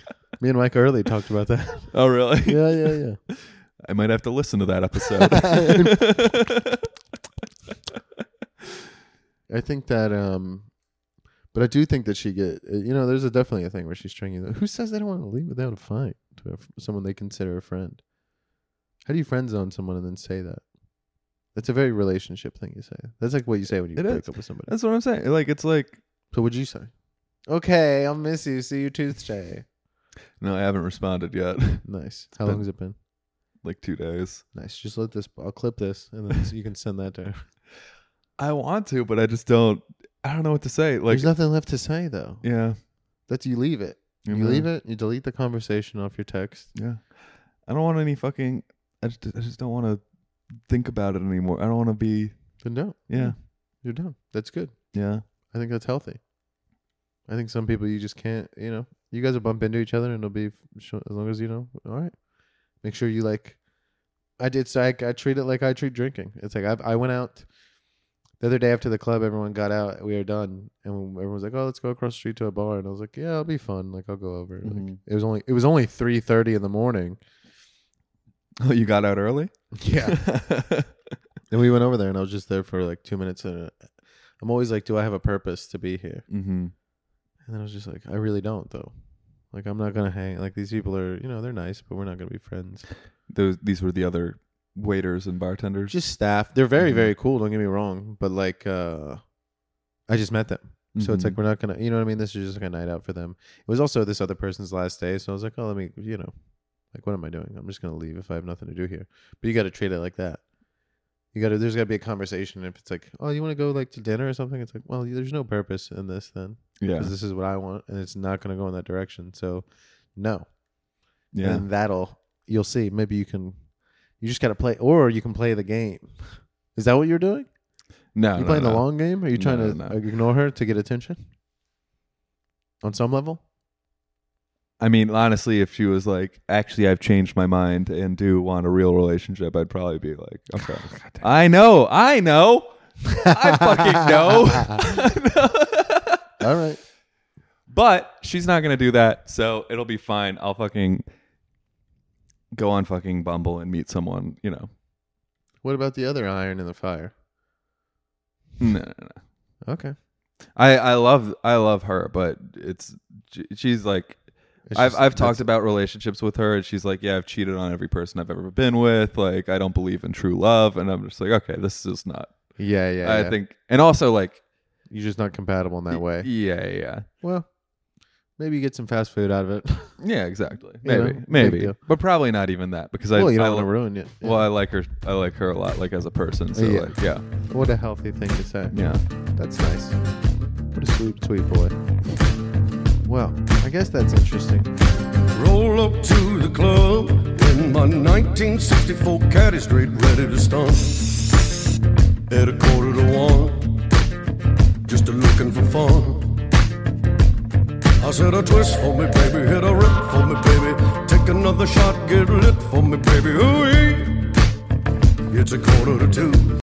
B: Me and Mike Early talked about that.
C: oh, really?
B: yeah, yeah, yeah.
C: I might have to listen to that episode.
B: I think that, um, but I do think that she get, uh, you know, there's a definitely a thing where she's stringing. Who says they don't want to leave without a fight to a, someone they consider a friend? How do you friend zone someone and then say that? That's a very relationship thing you say. That's like what you say when you
C: It
B: break
C: is.
B: up with somebody.
C: That's what I'm saying. Like, it's like,
B: So what'd you say? Okay, I'll miss you. See you Tuesday.
C: no, I haven't responded yet.
B: Nice. How
C: been-
B: long has it been?
C: like two days.
B: Nice. Just let this. I'll clip this, and then you can send that to her.
C: I want to, but I just don't. I don't know what to say. Like,
B: There's nothing left to say though.
C: yeah,
B: That's you leave it. You
C: know?
B: leave it. You delete the conversation off your text.
C: Yeah. I don't want any fucking I just I just don't want to think about it anymore. I don't want to be
B: Then don't.
C: yeah.
B: You're done. That's good.
C: Yeah.
B: I think that's healthy. I think some people you just can't. You know, you guys will bump into each other, and it'll be f- sh- as long as you know. All right. Make sure you like. I did. So I, I treat it like I treat drinking. It's like I've, I went out the other day after the club. Everyone got out. We were done, and everyone was like, "Oh, let's go across the street to a bar." And I was like, "Yeah, it'll be fun. Like I'll go over." Like,
C: Mhm.
B: it was only it was only three thirty in the morning.
C: Oh, you got out early?
B: Yeah. and we went over there, and I was just there for like two minutes. And uh, I'm always like, do I have a purpose to be here?
C: Mm-hmm.
B: And then I was just like, I really don't though. Like I'm not gonna hang. Like these people are, you know, they're nice, but we're not gonna be friends.
C: Those these were the other waiters and bartenders.
B: Just staff. They're very,
C: Mhm.
B: very cool. Don't get me wrong, but like, uh I just met them, so it's
C: Mhm.
B: like we're not gonna. You know what I mean? This is just like a night out for them. It was also this other person's last day, so I was like, oh, let me, you know, like what am I doing? I'm just gonna leave if I have nothing to do here. But you got to treat it like that. You got to. There's got to be a conversation. If it's like, oh, you want to go like to dinner or something, it's like, well, there's no purpose in this then.
C: yeah,
B: because this is what I want, and it's not going to go in that direction. So, no,
C: yeah.
B: and that'll you'll see. Maybe you can, you just got to play, or you can play the game. Is that what you're doing?
C: no,
B: you
C: no,
B: playing
C: no.
B: the long game? Are you
C: No,
B: trying
C: no,
B: to
C: no.
B: uh, ignore her to get attention? On some level,
C: I mean, honestly, if she was like, actually, I've changed my mind and do want a real relationship, I'd probably be like, okay. I know, I know, I fucking know.
B: all right.
C: but she's not gonna do that, so it'll be fine. I'll fucking go on fucking Bumble and meet someone, you know.
B: What about the other iron in the fire?
C: No, no, no.
B: Okay,
C: I I love I love her, but it's she- she's like
B: It's
C: I've
B: just-
C: I've talked
B: that's-
C: about relationships with her, and she's like, "Yeah, I've cheated on every person I've ever been with. Like, I don't believe in true love." And I'm just like, "Okay, this is not."
B: Yeah, yeah.
C: I
B: yeah.
C: think, and also like
B: you're just not compatible in that way.
C: Yeah, yeah,
B: Well, maybe you get some fast food out of it.
C: yeah, exactly.
B: You know,
C: Maybe,
B: big
C: maybe,
B: deal.
C: but probably not even that because I.
B: well, you
C: I
B: don't want to
C: li-
B: ruin it. Yeah.
C: well, I like her. I like her a lot, like as a person. So,
B: Yeah.
C: like, yeah,
B: what a healthy thing to say.
C: yeah.
B: That's nice. What a sweet, sweet boy. Well, I guess that's interesting.
A: Roll up to the club in my 1964 caddy straight, ready to stomp. At a quarter to one, just a looking for fun. I said a twist for me, baby, hit a rip for me, baby. Take another shot, get lit for me, baby. Ooh, it's a quarter to two.